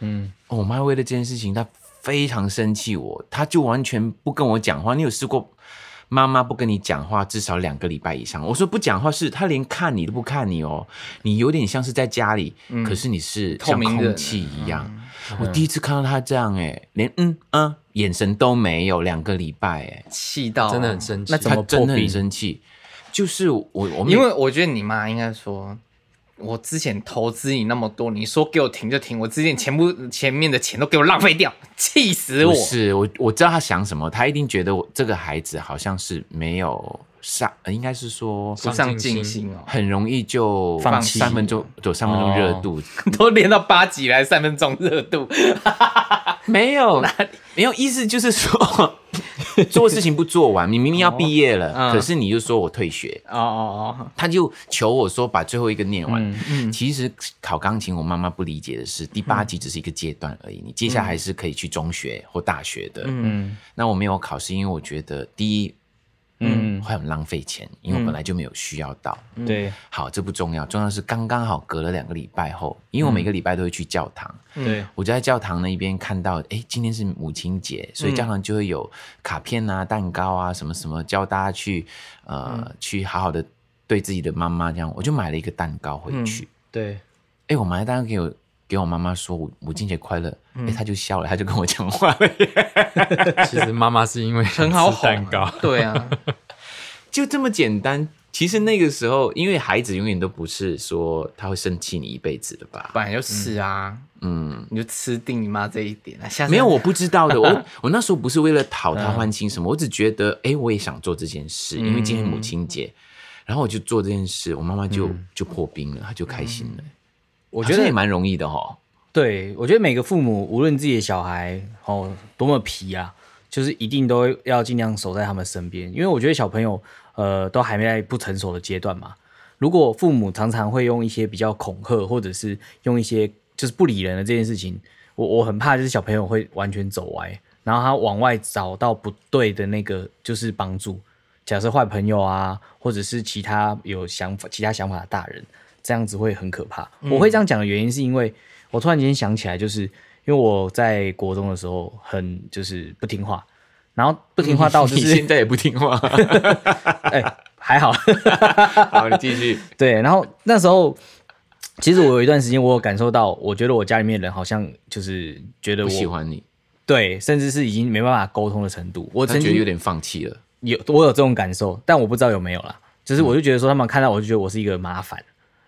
S2: 哦，我妈为了这件事情，她非常生气我，她就完全不跟我讲话。你有试过妈妈不跟你讲话至少两个礼拜以上？我说不讲话是她连看你都不看你哦，你有点像是在家里，
S3: 嗯
S2: 可是你是
S4: 透
S2: 像
S4: 明人
S2: 空气一样。我第一次看到她这样，哎，连嗯嗯眼神都没有，两个礼拜，哎，
S4: 气到哦
S5: 种真的很生气。
S3: 那怎
S2: 她
S3: 么
S2: 真的
S3: 破
S2: 很
S3: 冰
S2: 生气。就是我，我们
S4: 因为我觉得你妈应该说，我之前投资你那么多，你说给我停就停，我之前全部前面的钱都给我浪费掉，气死
S2: 不
S4: 我！
S2: 是我，我知道他想什么，他一定觉得我这个孩子好像是没有上，呃应该是说
S4: 不上进心哦，
S2: 很容易就
S3: 放弃
S2: 三分钟，哦走三分钟热度，
S4: 都练到八级来三分钟热度，
S2: 没 有没有意思，就是说做事情不做 完，你明明要毕业了，
S4: 嗯
S2: 可是你就说我退学。
S4: 哦哦
S2: 他就求我说把最后一个念完。其实考钢琴，我妈妈不理解的是，第八级只是一个阶段而已，你接下来是可以去中学或大学的。嗯，那我没有考试，因为我觉得第一，嗯，会很浪费钱，因为我本来就没有需要到。
S3: 嗯对
S2: 好，这不重要，重要是刚刚好隔了两个礼拜后，因为我每个礼拜都会去教堂，
S5: 嗯
S3: 对，
S2: 我就在教堂那一边看到，哎，今天是母亲节，所以教堂就会有卡片啊、蛋糕啊什么什么，教大家去呃、去好好的对自己的妈妈这样。我就买了一个蛋糕回去，
S3: 对，
S2: 哎、我买了蛋糕给我给我妈妈说母母亲节快乐，哎、她就笑了，她就跟我讲话了，
S5: 其实妈妈是因为
S4: 哦，很好
S5: 想 吃
S4: 哄啊
S5: 蛋糕，
S4: 对啊，
S2: 就这么简单。其实那个时候，因为孩子永远都不是说他会生气你一辈子的吧？
S4: 本来就是啊，
S2: 嗯，
S4: 你就吃定你妈这一点啊。下 次
S2: 没有，我不知道的。 我我那时候不是为了讨他欢心什么，我只觉得哎、诶我也想做这件事，因为今天母亲节，然后我就做这件事，我妈妈就、就破冰了，她就开心了。
S3: 我
S2: 好
S3: 觉
S2: 像
S3: 得
S2: 也蛮容易的哦。
S3: 对，我觉得每个父母无论自己的小孩哦多么皮啊，就是一定都要尽量守在他们身边，因为我觉得小朋友呃都还没在不成熟的阶段嘛。如果父母常常会用一些比较恐吓，或者是用一些就是不理人的这件事情，我我很怕就是小朋友会完全走歪，然后他往外找到不对的那个就是帮助，假设坏朋友啊，或者是其他有想法、其他想法的大人，这样子会很可怕。我会这样讲的原因，是因为我突然间想起来，就是因为我在国中的时候很就是不听话，然后不听话到就
S2: 嗯你
S3: 是
S2: 现在也不听话，
S3: 哎、还好，
S2: 好，你继续。
S3: 对，然后那时候，其实我有一段时间，我有感受到，我觉得我家里面人好像就是觉 得
S2: 不
S3: 我
S2: 喜欢你，
S3: 对，甚至是已经没办法沟通的程度。我
S2: 他
S3: 曾
S2: 觉得
S3: 经
S2: 有点放弃了。
S3: 有我有这种感受，但我不知道有没有啦。就是
S2: 嗯
S3: 我就觉得说，他们看到我就觉得我是一个麻烦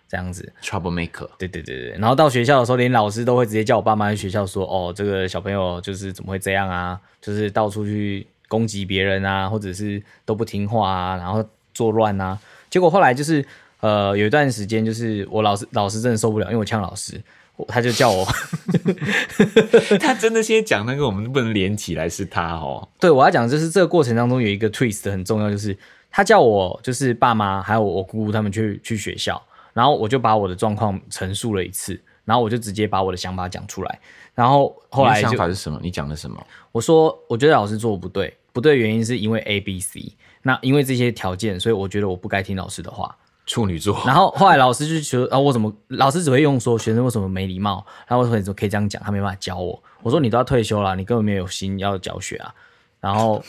S3: 这样子。
S2: Trouble Maker，
S3: 对对对对，然后到学校的时候，连老师都会直接叫我爸妈去学校说，哦，这个小朋友就是怎么会这样啊？就是到处去攻击别人啊，或者是都不听话啊，然后作乱啊。结果后来就是，呃，有一段时间就是我老师老师真的受不了，因为我呛老师，我他就叫我，
S2: 他真的现在讲那个，我们不能连起来是他哦。
S3: 对我要讲就是这个过程当中有一个 twist 很重要，就是他叫我就是爸妈还有我姑姑他们去去学校，然后我就把我的状况陈述了一次，然后我就直接把我的想法讲出来，然后后
S2: 你
S3: 来
S2: 的
S3: 就
S2: 想法是什么？你讲的什么？
S3: 我说，我觉得老师做的不对，不对的原因是因为 A、B、C。那因为这些条件，所以我觉得我不该听老师的话。
S2: 处女座，
S3: 然后后来老师就觉得啊，我怎么老师只会用说学生为什么没礼貌，然后为什么可以这样讲，他没办法教我。我说你都要退休了，你根本没有心要教学啊。然后，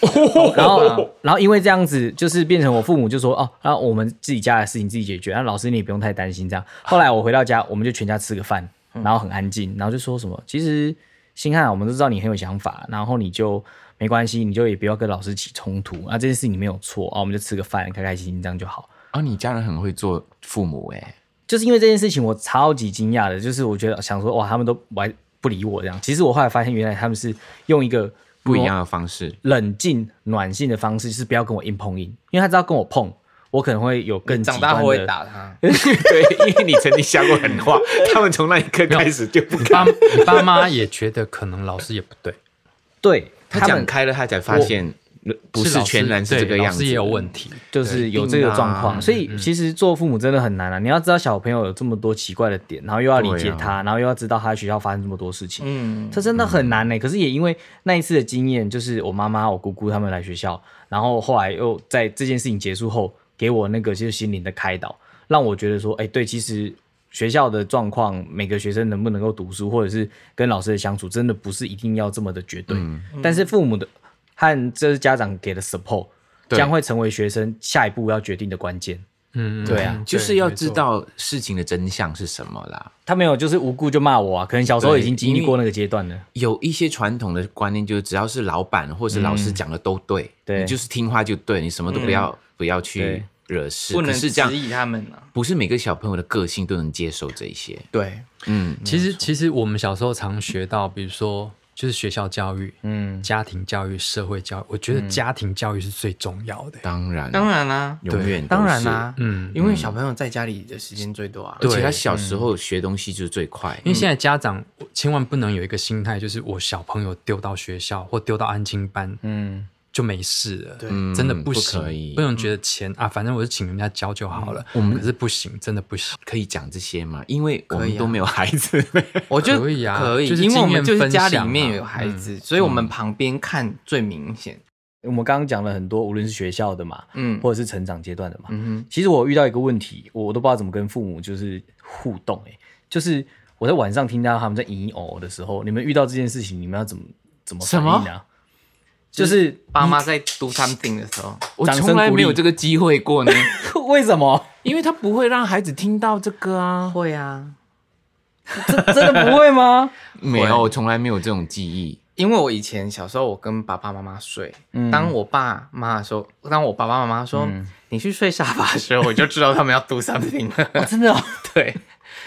S3: 然后，然后因为这样子，就是变成我父母就说哦，然后我们自己家的事情自己解决，那老师你也不用太担心这样。后来我回到家，我们就全家吃个饭，然后很安静，然后就说什么，其实星汉啊，我们都知道你很有想法，然后你就没关系，你就也不要跟老师起冲突啊，这件事情你没有错啊，我们就吃个饭，开开心心这样就好。
S2: 啊，你家人很会做父母哎、
S3: 就是因为这件事情，我超级惊讶的，就是我觉得想说，哇，他们都完不理我这样。其实我后来发现，原来他们是用一个
S2: 不一样的方式。
S3: 冷静、暖性的方式，就是不要跟我硬碰硬，因为他知道跟我碰，我可能会有更
S4: 长
S3: 极
S4: 大
S3: 端
S4: 后会
S3: 的
S4: 打 他。
S2: 对，因为你曾经讲过狠 话，他们从那一刻开始就不敢。
S5: 爸你爸妈也觉得可能老师也不对，
S3: 对
S2: 他
S3: 他
S2: 讲
S3: 们
S2: 开了，他才发现不是
S5: 老师
S2: 全然是
S5: 对
S2: 这个样
S5: 老
S2: 子，
S5: 师也有问题。
S3: 就是有
S4: 啊
S3: 这个状
S4: 嗯
S3: 况，所以其实做父母真的很难啊。你要知道小朋友有这么多奇怪的点，然后又要理解他，然后又要知道他在学校发生这么多事情，
S4: 啊嗯，
S3: 这真的很难呢、欸可是也因为那一次的经验，就是我妈妈、我姑姑他们来学校，然后后来又在这件事情结束后，给我那个就是心灵的开导，让我觉得说，哎、对，其实学校的状况，每个学生能不能够读书，或者是跟老师的相处，真的不是一定要这么的绝对。
S4: 嗯
S3: 但是父母的和这是家长给的 support，
S2: 对
S3: 将会成为学生下一步要决定的关键。
S5: 嗯，嗯
S3: 对啊
S5: 嗯
S2: 就是要
S5: 没错
S2: 知道事情的真相是什么啦。
S3: 他没有就是无故就骂我啊，可能小时候
S2: 对
S3: 已经经历
S2: 因为
S3: 过那个阶段了。
S2: 有一些传统的观念，就是只要是老板或是老师讲的都对，嗯
S3: 对
S2: 你就是听话就对，你什么都不要、不要去
S3: 对
S2: 惹事，
S4: 不能
S2: 可是这样
S4: 质。疑他们啊。
S2: 不是每个小朋友的个性都能接受这一些，
S4: 对，
S2: 嗯，
S5: 其实其实我们小时候常学到，比如说就是学校教育、
S3: 嗯，
S5: 家庭教育、社会教育，我觉得家庭教育是最重要的。
S2: 当然，
S4: 当，然啦，
S2: 永远都
S4: 当然
S2: 是
S4: 啦，
S5: 嗯，
S4: 因为小朋友在家里的时间最多啊。
S2: 而
S5: 对
S2: 且他小时候学东西就是最快，
S5: 因为现在家长千万不能有一个心态，就是我小朋友丢到学校或丢到安亲班，嗯，就没事了。
S4: 对
S2: 嗯
S5: 真的
S2: 不
S5: 行，
S2: 可以
S5: 能觉得钱啊，反正我是请人家教就好了。我们可是不行，真的不行。
S2: 可以讲这些吗？因为我
S4: 可以
S2: 们
S4: 啊
S2: 都没有孩子，
S4: 我觉得
S5: 可以啊
S4: 可以，
S5: 就是
S4: 因为我们就
S5: 经验
S4: 是
S5: 分享
S4: 家
S5: 啊嗯
S4: 里面有孩子，所以我们旁边看最明显。
S3: 我们刚刚讲了很多，无论是学校的嘛，
S4: 嗯
S3: 或者是成长阶段的嘛。
S4: 嗯
S3: 其实我遇到一个问题，我都不知道怎么跟父母就是互动、欸，就是我在晚上听到他们在嘤嘤哦哦的时候，你们遇到这件事情，你们要怎么怎么反应啊？就是
S4: 哼，爸妈在 do something 的时候，
S2: 我
S3: 掌声
S2: 从来
S3: 鼓
S2: 没
S3: 励
S2: 有这个机会过呢，
S3: 为什么
S2: 因为他不会让孩子听到这个啊，
S4: 会啊，
S3: 真的不会吗？
S2: 没有，我从来没有这种记忆，
S4: 因为我以前小时候我跟爸爸妈妈睡，
S3: 嗯
S4: 当我爸妈的时候，当我爸爸妈妈说、
S5: 嗯
S4: 你去睡沙发的时候，我就知道他们要 do something 了。
S5: 哦
S4: 真的、 对，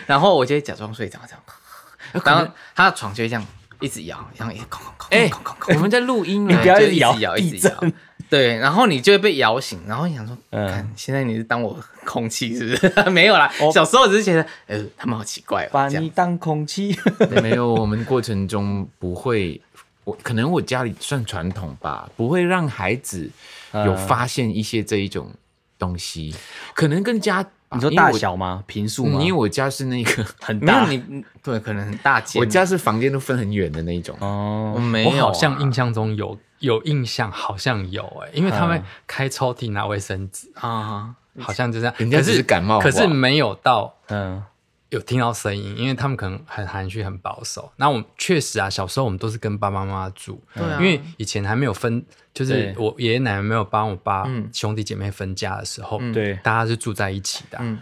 S4: 然后我就会假装睡着这样，然后他的床就会这样一直摇，然后一直空空空，
S2: 哎
S4: 空空
S2: 我
S4: 空，
S2: 们在录音 呢
S3: 你不要
S4: 哎就
S3: 一
S4: 一
S3: 直
S4: 直
S3: 摇
S4: 摇，
S3: 地
S4: 一直摇。对，然后你就会被摇醒，然后你想说，
S3: 嗯
S4: 看现在你是当我空气是不是？ 没有啦，小时候只是觉得，呃，他们好奇怪
S3: 把
S4: 哦，这
S3: 你
S4: 样。
S3: 当空气。
S2: 没有，我们过程中不会，我可能我家里算传统吧，不会让孩子有发现一些这一种东西，可能跟家
S3: 你说
S2: 啊因为
S3: 大
S2: 我
S3: 小吗？平数
S2: 嗯
S3: 吗？
S2: 因为我家是 那个，
S3: 很
S4: 没有
S3: 大，
S4: 你你，对，可能很大间。
S2: 我家是房间都分很远的那一种。
S4: 我
S3: 哦，
S4: 没有
S5: 我
S4: 啊、
S5: 好像印象中有有印象，好像有哎、因为他们开抽屉拿卫生纸，
S4: 啊，
S5: 好像就这样。
S2: 人家
S5: 可
S2: 只是感冒
S5: 可
S2: 好
S5: 是
S2: 不好
S5: 没有到
S3: 嗯，
S5: 有听到声音，因为他们可能很含蓄、很保守。那我们确实啊，小时候我们都是跟爸爸妈妈住，
S4: 对啊
S5: 因为以前还没有分，就是
S3: 对
S5: 我爷爷奶奶没有帮我爸
S4: 嗯
S5: 兄弟姐妹分家的时候，
S3: 对
S5: 大家是住在一起的啊、
S4: 嗯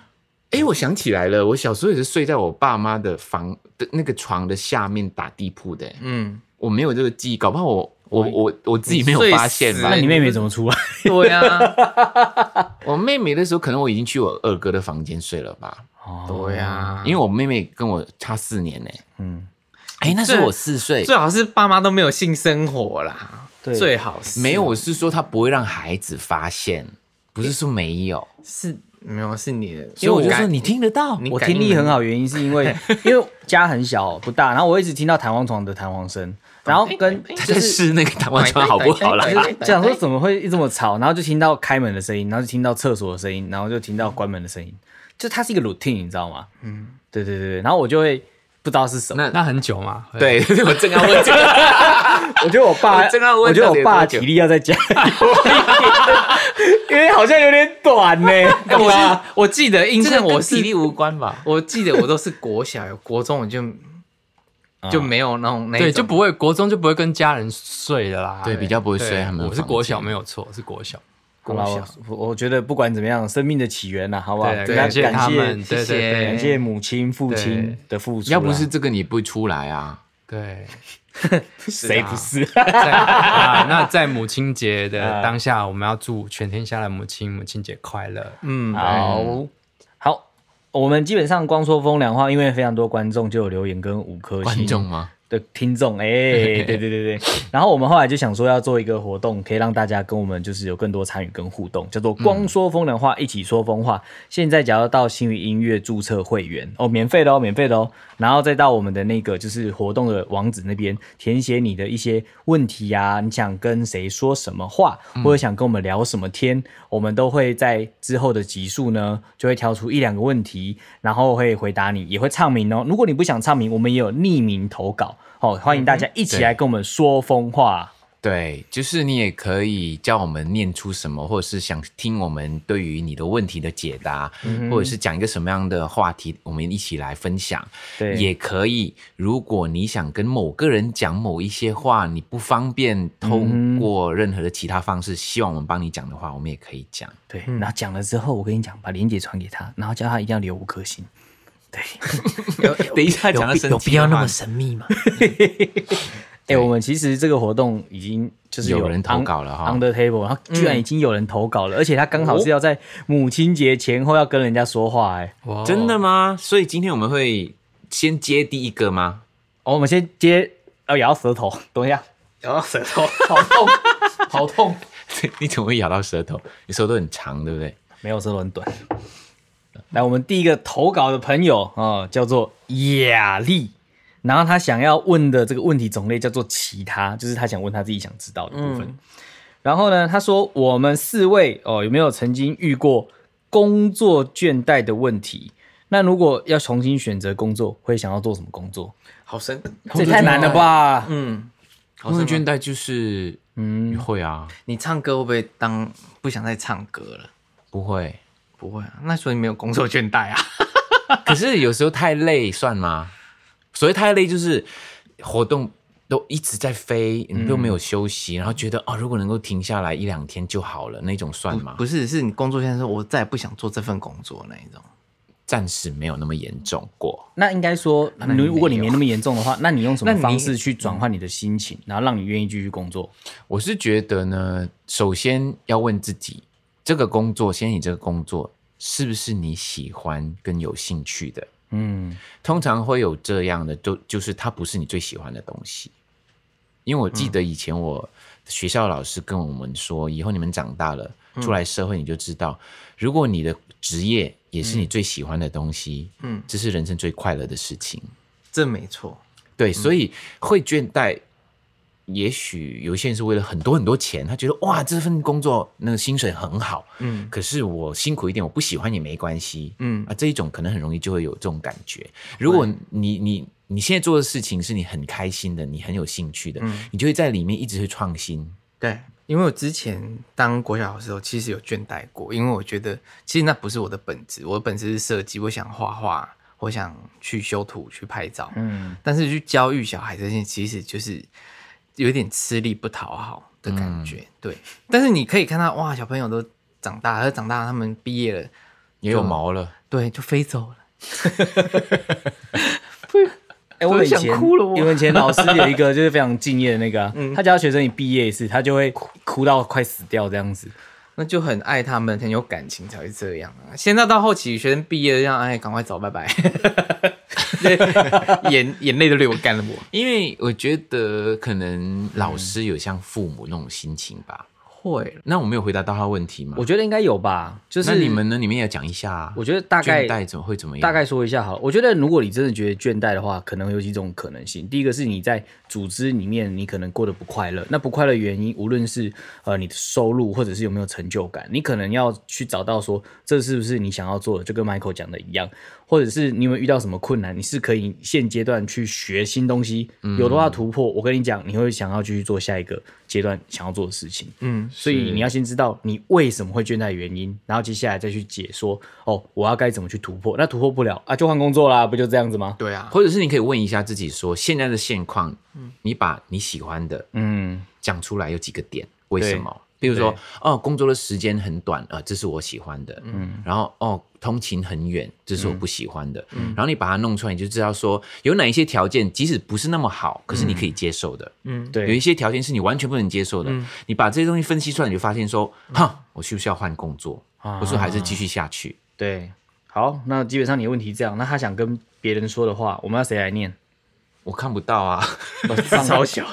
S2: 哎，我想起来了，我小时候也是睡在我爸妈的房的那个床的下面打地铺的，
S4: 嗯，
S2: 我没有这个记忆，搞不好我我我我自己没有
S4: 你睡
S2: 发现
S4: 死
S2: 吧
S3: 那？你妹妹怎么出来？
S4: 对啊 呀，
S2: 我妹妹的时候，可能我已经去我二哥的房间睡了吧，
S4: 对
S2: 啊
S4: 啊呀，
S2: 因为我妹妹跟我差四年呢。
S3: 嗯，
S2: 哎，那时候我四岁，
S4: 最好是爸妈都没有性生活啦，
S3: 对
S4: 最好是
S2: 没有，我是说她不会让孩子发现，不是说没有，
S4: 是没有是你的，
S2: 所以我就
S4: 感
S2: 说你听得到，
S4: 你
S3: 我
S4: 感应
S3: 听力
S4: 能
S3: 很
S4: 力
S3: 好，原因是因 为因为家很小不大，然后我一直听到弹簧床的弹簧
S2: 哦
S3: 声，然
S2: 哎
S3: 后跟
S2: 她
S3: 就
S2: 在
S3: 是。
S2: 试那个弹簧床好不好啦？
S3: 就是想
S2: 哎
S3: 说怎么会这么吵，然后就听到开门的声音，然后就听到厕所的声音，然后就听到关门的声音，就它是一个 routine，你知道吗？嗯，对对对对，然后我就会不知道是什么，
S5: 那很久嘛，会，
S2: 对， 我正要问这个。
S3: 我觉得我爸，
S2: 我正要问
S3: 我觉得
S2: 到底
S3: 我
S2: 有
S3: 爸
S2: 多久
S3: 体力要再加， 因为好像有点短呢、
S4: 哎我是我记得 印
S2: 这
S4: 象
S2: 个
S4: 我
S2: 跟
S4: 是
S2: 体力无关吧？
S4: 我记得我都是国小有国中我就就没有那种那一
S5: 对，
S4: 种
S5: 就不会国中就不会跟家人睡了啦。
S2: 对比较不会睡
S5: 对
S2: 他们的
S5: 我是
S2: 房
S5: 国
S2: 间
S5: 小没有错，是国小。
S3: 好吧，
S4: 小
S3: 我我觉得不管怎么样，生命的起源呐、好不好？
S5: 对，
S3: 大家
S5: 感谢他们，
S4: 谢
S5: 对对
S4: 谢
S5: 对
S3: 感谢母亲、父亲的付出 啦。
S2: 要不是这个，你不会出来啊。
S5: 对。
S3: 谁不是？
S5: 在啊，那在母亲节
S3: 啊
S5: 的当下，我们要祝全天下的母亲母亲节快乐。
S4: 嗯
S3: 好好，我们基本上光说风凉话，因为非常多观众就有留言跟五颗星
S2: 观众吗？
S3: 的听众，哎、对对对对。 然后我们后来就想说要做一个活动，可以让大家跟我们就是有更多参与跟互动，叫做“光说风凉话，一起说风话”。现在只要到星宇音乐注册会员哦，免费的哦，免费的哦。然后再到我们的那个就是活动的网址那边填写你的一些问题啊，你想跟谁说什么话，或者想跟我们聊什么天，我们都会在之后的集数呢，就会挑出一两个问题，然后会回答你，也会唱名哦。如果你不想唱名，我们也有匿名投稿哦，欢
S2: 嗯
S3: 迎大家一起来跟我们说风话。
S2: 对，就是你也可以叫我们念出什么，或者是想听我们对于你的问题的解答，
S3: 嗯
S2: 或者是讲一个什么样的话题，我们一起来分享。
S3: 对
S2: 也可以。如果你想跟某个人讲某一些话，你不方便
S3: 嗯
S2: 通过任何的其他方式，希望我们帮你讲的话，我们也可以讲。
S3: 对，然后讲了之后，我跟你讲，把链接传给他，然后叫他一定要留五颗星。对，
S2: 等一下讲到生气的话，
S4: 神秘嘛？
S3: 哎、我们其实这个活动已经就是
S2: 有人投稿了哈嗯哦
S3: on the table，然后居然已经有人投稿了，而且他刚好是要在母亲节前后要跟人家说话、哎、
S4: 哦
S5: 哇
S2: 真的吗？所以今天我们会先接第一个吗？
S3: 哦，我们先接，哦要咬到舌头，等一下，
S4: 咬到舌头，好痛，好痛！
S2: 你怎么会咬到舌头？你舌头很长，对不对？
S3: 没有舌头很短。来，我们第一个投稿的朋友啊、哦叫做雅丽，然后他想要问的这个问题种类叫做其他，就是他想问他自己想知道的部
S4: 嗯
S3: 分。然后呢，他说我们四位哦，有没有曾经遇过工作倦怠的问题？那如果要重新选择工作，会想要做什么工作？
S4: 好深，
S3: 这也太难了吧！
S4: 嗯，好
S2: 工作倦
S4: 深
S2: 怠就是，嗯，会啊，
S4: 你唱歌会不会当不想再唱歌了？
S2: 不会。
S4: 不会啊，那所以没有工作倦怠 啊。
S2: 可是有时候太累算吗？所谓太累就是活动都一直在飞，你都没有休息，然后觉得哦，如果能够停下来一两天就好了，那种算吗？
S4: 不是，是你工作现在说，我再也不想做这份工作那一种。
S2: 暂时没有那么严重过。
S3: 那应该说，
S4: 那你
S3: 如果你
S4: 没
S3: 没
S4: 有
S3: 那么严重的话，那你用什么
S4: 那你
S3: 方式去转换你的心情，然后让你愿意继续工作？
S2: 我是觉得呢，首先要问自己，这个工作，先你这个工作是不是你喜欢跟有兴趣的？
S3: 嗯，
S2: 通常会有这样的，就就是它不是你最喜欢的东西。因为我记得以前我学校老师跟我们说，
S4: 嗯
S2: 以后你们长大了出来社会，你就知道，如果你的职业也是你最喜欢的东西，
S4: 嗯，
S2: 这是人生最快乐的事情。
S4: 这没错，嗯
S2: 对，所以会倦怠。也许有一些人是为了很多很多钱，他觉得哇这份工作那个薪水很好，
S4: 嗯
S2: 可是我辛苦一点，我不喜欢也没关系，
S4: 嗯
S2: 啊，这一种可能很容易就会有这种感觉。如果你你你现在做的事情是你很开心的，你很有兴趣的，
S4: 嗯
S2: 你就会在里面一直去创新。
S4: 对，因为我之前当国小老师的时候，其实有倦怠过，因为我觉得其实那不是我的本质，我的本质是设计，我想画画，我想去修图、去拍照，
S3: 嗯，
S4: 但是去教育小孩这件，其实就是有点吃力不讨好的感觉。
S5: 嗯
S4: 对，但是你可以看到，哇，小朋友都长大了，长大了他们毕业了，
S2: 也有毛了，
S4: 对，就飞走了。
S3: 哎、我
S4: 突然
S3: 以前
S4: 想哭了我
S3: 我以前老师有一个就是非常敬业的那个、啊，他教学生一毕业一次，他就会哭到快死掉这样子。
S4: 那就很爱他们，很有感情才会这样啊。现在到后期，学生毕业了，让哎赶快走，拜拜， 眼眼泪都流干了我。
S2: 因为我觉得可能老师有像父母那种心情吧。
S4: 会了，
S2: 嗯那我没有回答到他问题吗？
S3: 我觉得应该有吧，就
S2: 那
S3: 是
S2: 你们呢？你们也要讲一下啊。
S3: 我觉得大概
S2: 倦怠怎么会怎么样？
S3: 大概说一下好了，我觉得如果你真的觉得倦怠的话，可能有几种可能性。第一个是你在组织里面，你可能过得不快乐。那不快乐原因，无论是呃你的收入，或者是有没有成就感，你可能要去找到说这是不是你想要做的，就跟 Michael 讲的一样，或者是你有没有遇到什么困难，你是可以现阶段去学新东西，有的话突破。我跟你讲，你会想要继续做下一个阶段想要做的事情。
S4: 嗯，
S3: 所以你要先知道你为什么会倦怠的原因，然后接下来再去解说哦，我要该怎么去突破？那突破不了啊，就换工作啦，不就这样子吗？
S4: 对啊，
S2: 或者是你可以问一下自己说，现在的现况，你把你喜欢的
S3: 嗯，
S2: 讲出来有几个点，为什么？比如说，哦，工作的时间很短，呃，这是我喜欢的。嗯，然后哦，通勤很远，这是我不喜欢的。嗯，然后你把它弄出来，你就知道说有哪一些条件，即使不是那么好，可是你可以接受的。
S4: 嗯，
S2: 有一
S3: 对，
S2: 些条件是你完全不能接受的。你把这些东西分析出来，你就发现说，哈，我需不需要换工作？我说还是继续下去。
S3: 对，好，那基本上你的问题这样，那他想跟别人说的话，我们要谁来念？
S2: 我看不到啊，
S3: 超小，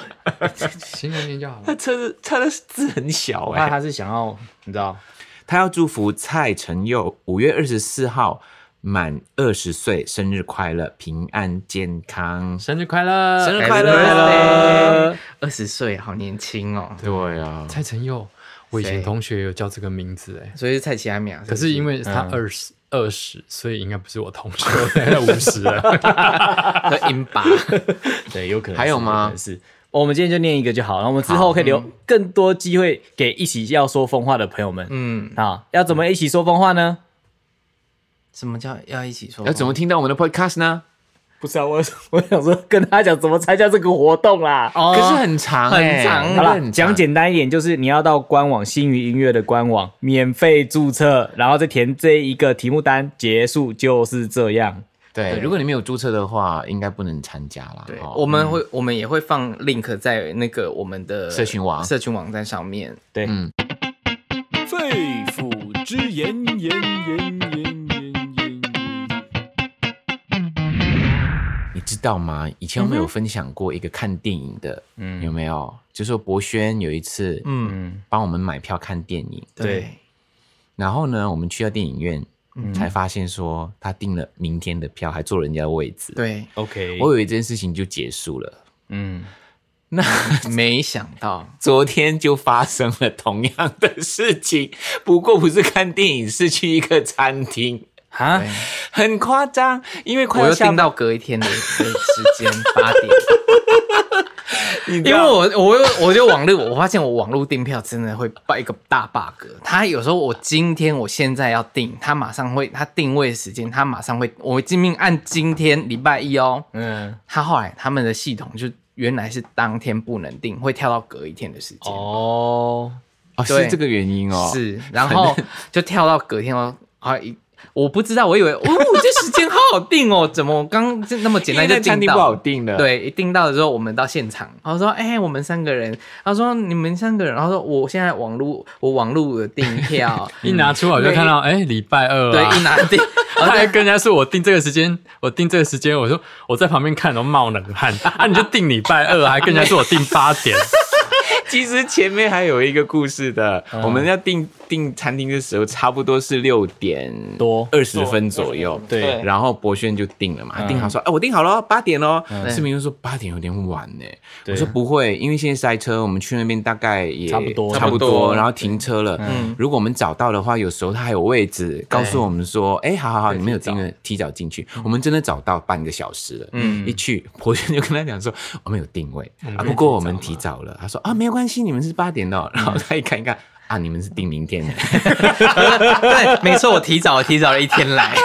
S5: 行行行就好
S2: 他
S5: 了。
S2: 车子他的字很小
S3: 我
S2: 哎、
S3: 怕他是想要，你知道，
S2: 他要祝福蔡承佑五月二十四号满二十岁生日快乐，平安健康，
S5: 生日快乐！
S2: 生日
S4: 快乐
S3: 呃，
S4: 二十岁好年轻哦，
S2: 对啊，
S5: 蔡承佑，我以前
S4: 谁
S5: 同学有叫这个名字哎，
S4: 所以是蔡奇阿米啊。
S5: 可是因为他二十二十，所以应该不是我同学，大概五十了。
S4: 和英巴，
S3: 对，有可能是
S2: 还有吗
S3: 可能是。哦我们今天就念一个就好，然嗯后我们之后可以留更多机会给一起要说疯话的朋友们。
S4: 嗯，
S3: 啊，要怎么一起说疯话呢？
S4: 什么叫要一起说？
S2: 要怎么听到我们的 podcast 呢？
S3: 不是啊，我 我想说跟他讲怎么参加这个活动啦。
S4: 哦？
S2: 可是很长、欸，
S4: 很长
S3: 好
S2: 真的
S3: 啦
S2: 很，长
S3: 嗯讲。简单一点，就是你要到官网新余音乐的官网免费注册，然后再填这一个题目单，结束就是这样。
S2: 对，如果你没有注册的话，应该不能参加啦。
S4: 对，
S2: 哦
S4: 我们会，我们也会放 link 在那个我们的
S2: 社群网
S4: 社群网站上面。
S3: 对，
S2: 嗯
S6: 肺腑之言，言言言言言言。
S2: 你知道吗？以前我
S4: 嗯
S2: 们有分享过一个看电影的，嗯，有没有？就说博轩有一次，
S4: 嗯，
S2: 帮我们买票看电影，
S4: 对，
S2: 然后呢，我们去到电影院，
S4: 嗯
S2: 才发现说他订了明天的票，还坐人家的位置。，
S4: 对，
S3: ，OK，
S2: 我以为这件事情就结束了，
S3: 嗯，
S2: 那
S4: 没想到，
S2: 昨天就发生了同样的事情，不过不是看电影，是去一个餐厅，啊
S3: 哈，
S2: 很夸张，因为快
S4: 我
S2: 要
S4: 又
S2: 下
S4: 定
S2: 班，
S4: 到隔一天的的时 间八点，
S2: 因
S4: 因为我我又我就网络，我发现我网络订票真的会 bug 一个大 bug。他有时候我今天我现在要订，他马上会他定位时间，他马上会我今命按今天礼拜一哦，
S3: 嗯，
S4: 他后来他们的系统就原来是当天不能定，会跳到隔一天的时间。
S3: 哦，
S2: 哦
S4: 对
S2: 是这个原因哦，
S4: 是，然后就跳到隔天哦，啊一我不知道，我以为哦，这时间好好定哦， 怎么我刚就那么简单
S2: 因为
S4: 就
S2: 那餐厅
S4: 定到？
S2: 不好订啊的，，
S4: 对，一定到了之后，我们到现场，然后说，哎、我们三个人，他说你们三个人，然后说我现在网络，我网络有订 票，嗯
S5: 一拿出来我就看到，哎，礼拜二
S4: 对，
S5: 啊
S4: 一。拿订，
S5: 他还跟人家说：“我定这个时间，我定这个时间。”我说：“我在旁边看，都冒冷汗。”啊，你就定礼拜二，还跟人家说我定八点。
S2: 其实前面还有一个故事的，
S4: 嗯
S2: 我们要订订餐厅的时候，差不多是六点
S3: 多
S2: 二十分左右。
S4: 对
S2: 然后博轩就定了嘛，定好说，哎，我定好了，八点哦。
S4: 对
S2: 志明就说八点有点晚呢，
S3: 对
S2: 我说不会，因为现在塞车，我们去那边大概也
S3: 差不多
S2: 差不
S1: 差不
S2: 多，
S1: 多
S2: 然后停车了。
S4: 嗯
S2: 如果我们早到的话，有时候他还有位置，告诉我们说，哎，好好好，你们有订了，提早进去。我们真的早到半个小时了。嗯，一去博轩就跟他讲说，我们有定位啊，不过我们提早了。他说啊，没有关系，你们是八点哦。然后他一看一看。啊！你们是定明天的，
S4: 对，没错，我提早，我提早了一天 来，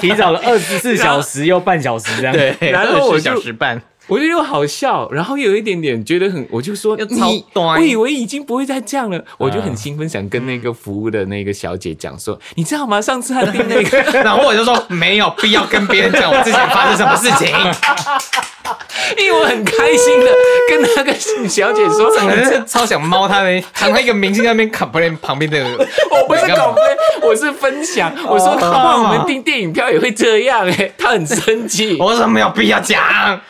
S3: 提早了二十四小时又半小时这样。
S4: 对，
S2: 然后我
S4: 20
S2: 就
S4: 小时半，
S2: 我就又好笑，然后又有一点点觉得很，我就说
S4: 又超
S2: 你，
S4: 端
S2: 我以为已经不会再这样了，我就很兴奋，想跟那个服务的那个小姐讲说，你知道吗？上次她订那 个，
S4: 然后我就说没有必要跟别人讲我之前发生什么事情，
S2: 因为我很开心的跟那个小姐 说，
S4: 我真的超想猫 他们，躺在一个明星在那边 complain 旁边的，
S2: 我不是
S4: 干嘛
S2: 搞分，我是分享，我说好不好？我们订电影票也会这样哎、欸，她很生气。
S4: 我说没有必要讲，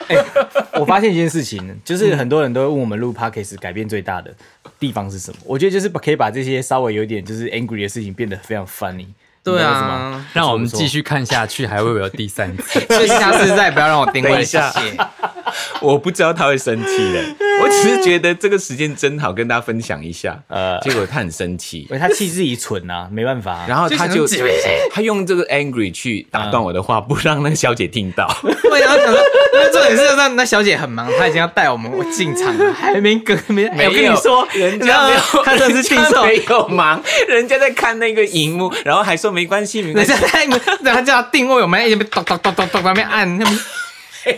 S3: 我发现一件事情，就是很多人都会问我们录 podcast 改变最大的地方是什么？我觉得就是把可以把这些稍微有点就是 angry 的事情变得非常 funny。
S4: 对
S3: 你知道为什么吗，
S4: 啊，
S5: 让我们继续看下去，还会不会有第三次？
S4: 所以下次再不要让我定
S2: 等
S4: 位，
S2: 一
S4: 谢
S2: 下
S4: 谢。
S2: 我不知道她会生气的，我只是觉得这个时间真好，跟大家分享一 下。
S3: 呃
S2: 呃，结果她很生气，
S3: 因为他气自己蠢啊，没办法、
S2: 然后他就
S4: 就想说
S2: 他用这个 angry 去打断我的话，不让那个小姐听到。
S4: 对，然后想说，那重点是那那小姐很忙，她已经要带我们进场了，还没跟没
S2: 没
S4: 没
S2: 有
S4: 我跟你说，
S2: 人
S4: 你知
S2: 家
S4: 道
S2: 没有，
S4: 她真的是 定
S2: 人家
S4: 售，
S2: 没有忙，人家在看那个荧幕，然后还说没关系，没关
S4: 人
S2: 系
S4: 家。在然后她叫她定位，我们在那边咚咚咚咚咚那边按，那边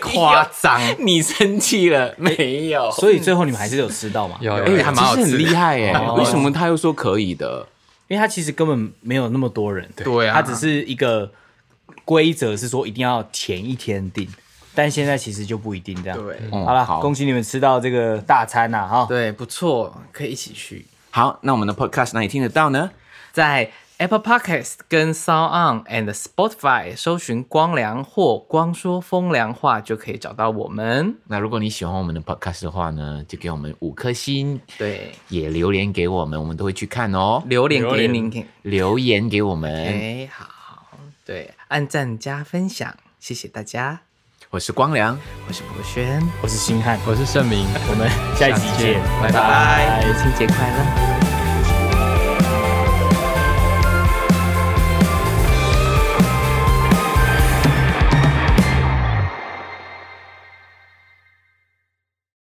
S4: 夸张，
S2: 你生气了没有？
S3: 所以最后你们还是有吃到嘛？
S5: 嗯有
S2: 哎
S5: 有有
S4: 还蛮好吃的
S2: 其实很厉害哎，
S3: 哦
S2: 为什么他又说可以的？
S3: 因为他其实根本没有那么多人，
S4: 对啊
S3: 他只是一个规则是说一定要前一天定，但现在其实就不一定这样。
S4: 对
S2: 嗯
S3: 好了，
S2: 好
S3: 恭喜你们吃到这个大餐呐、哈。
S4: 对，不错，可以一起去，
S2: 好，那我们的 podcast 哪里听得到呢？
S4: 在 Apple Podcast 跟 Sound On and Spotify 搜寻“光良”或“光说风凉话”就可以找到我们。
S2: 那如果你喜欢我们的 podcast 的话呢，就给我们五颗星，
S4: 对，
S2: 也留言给我们，我们都会去看哦。
S4: 榴莲给您听。
S2: 留言给我们，
S4: 哎，好，对，按赞加分享，谢谢大家。
S2: 我是光良。
S4: 我是博轩，
S3: 我是星汉，
S5: 我是盛明。
S3: 我们下一集见，
S4: 拜拜，母亲节快乐。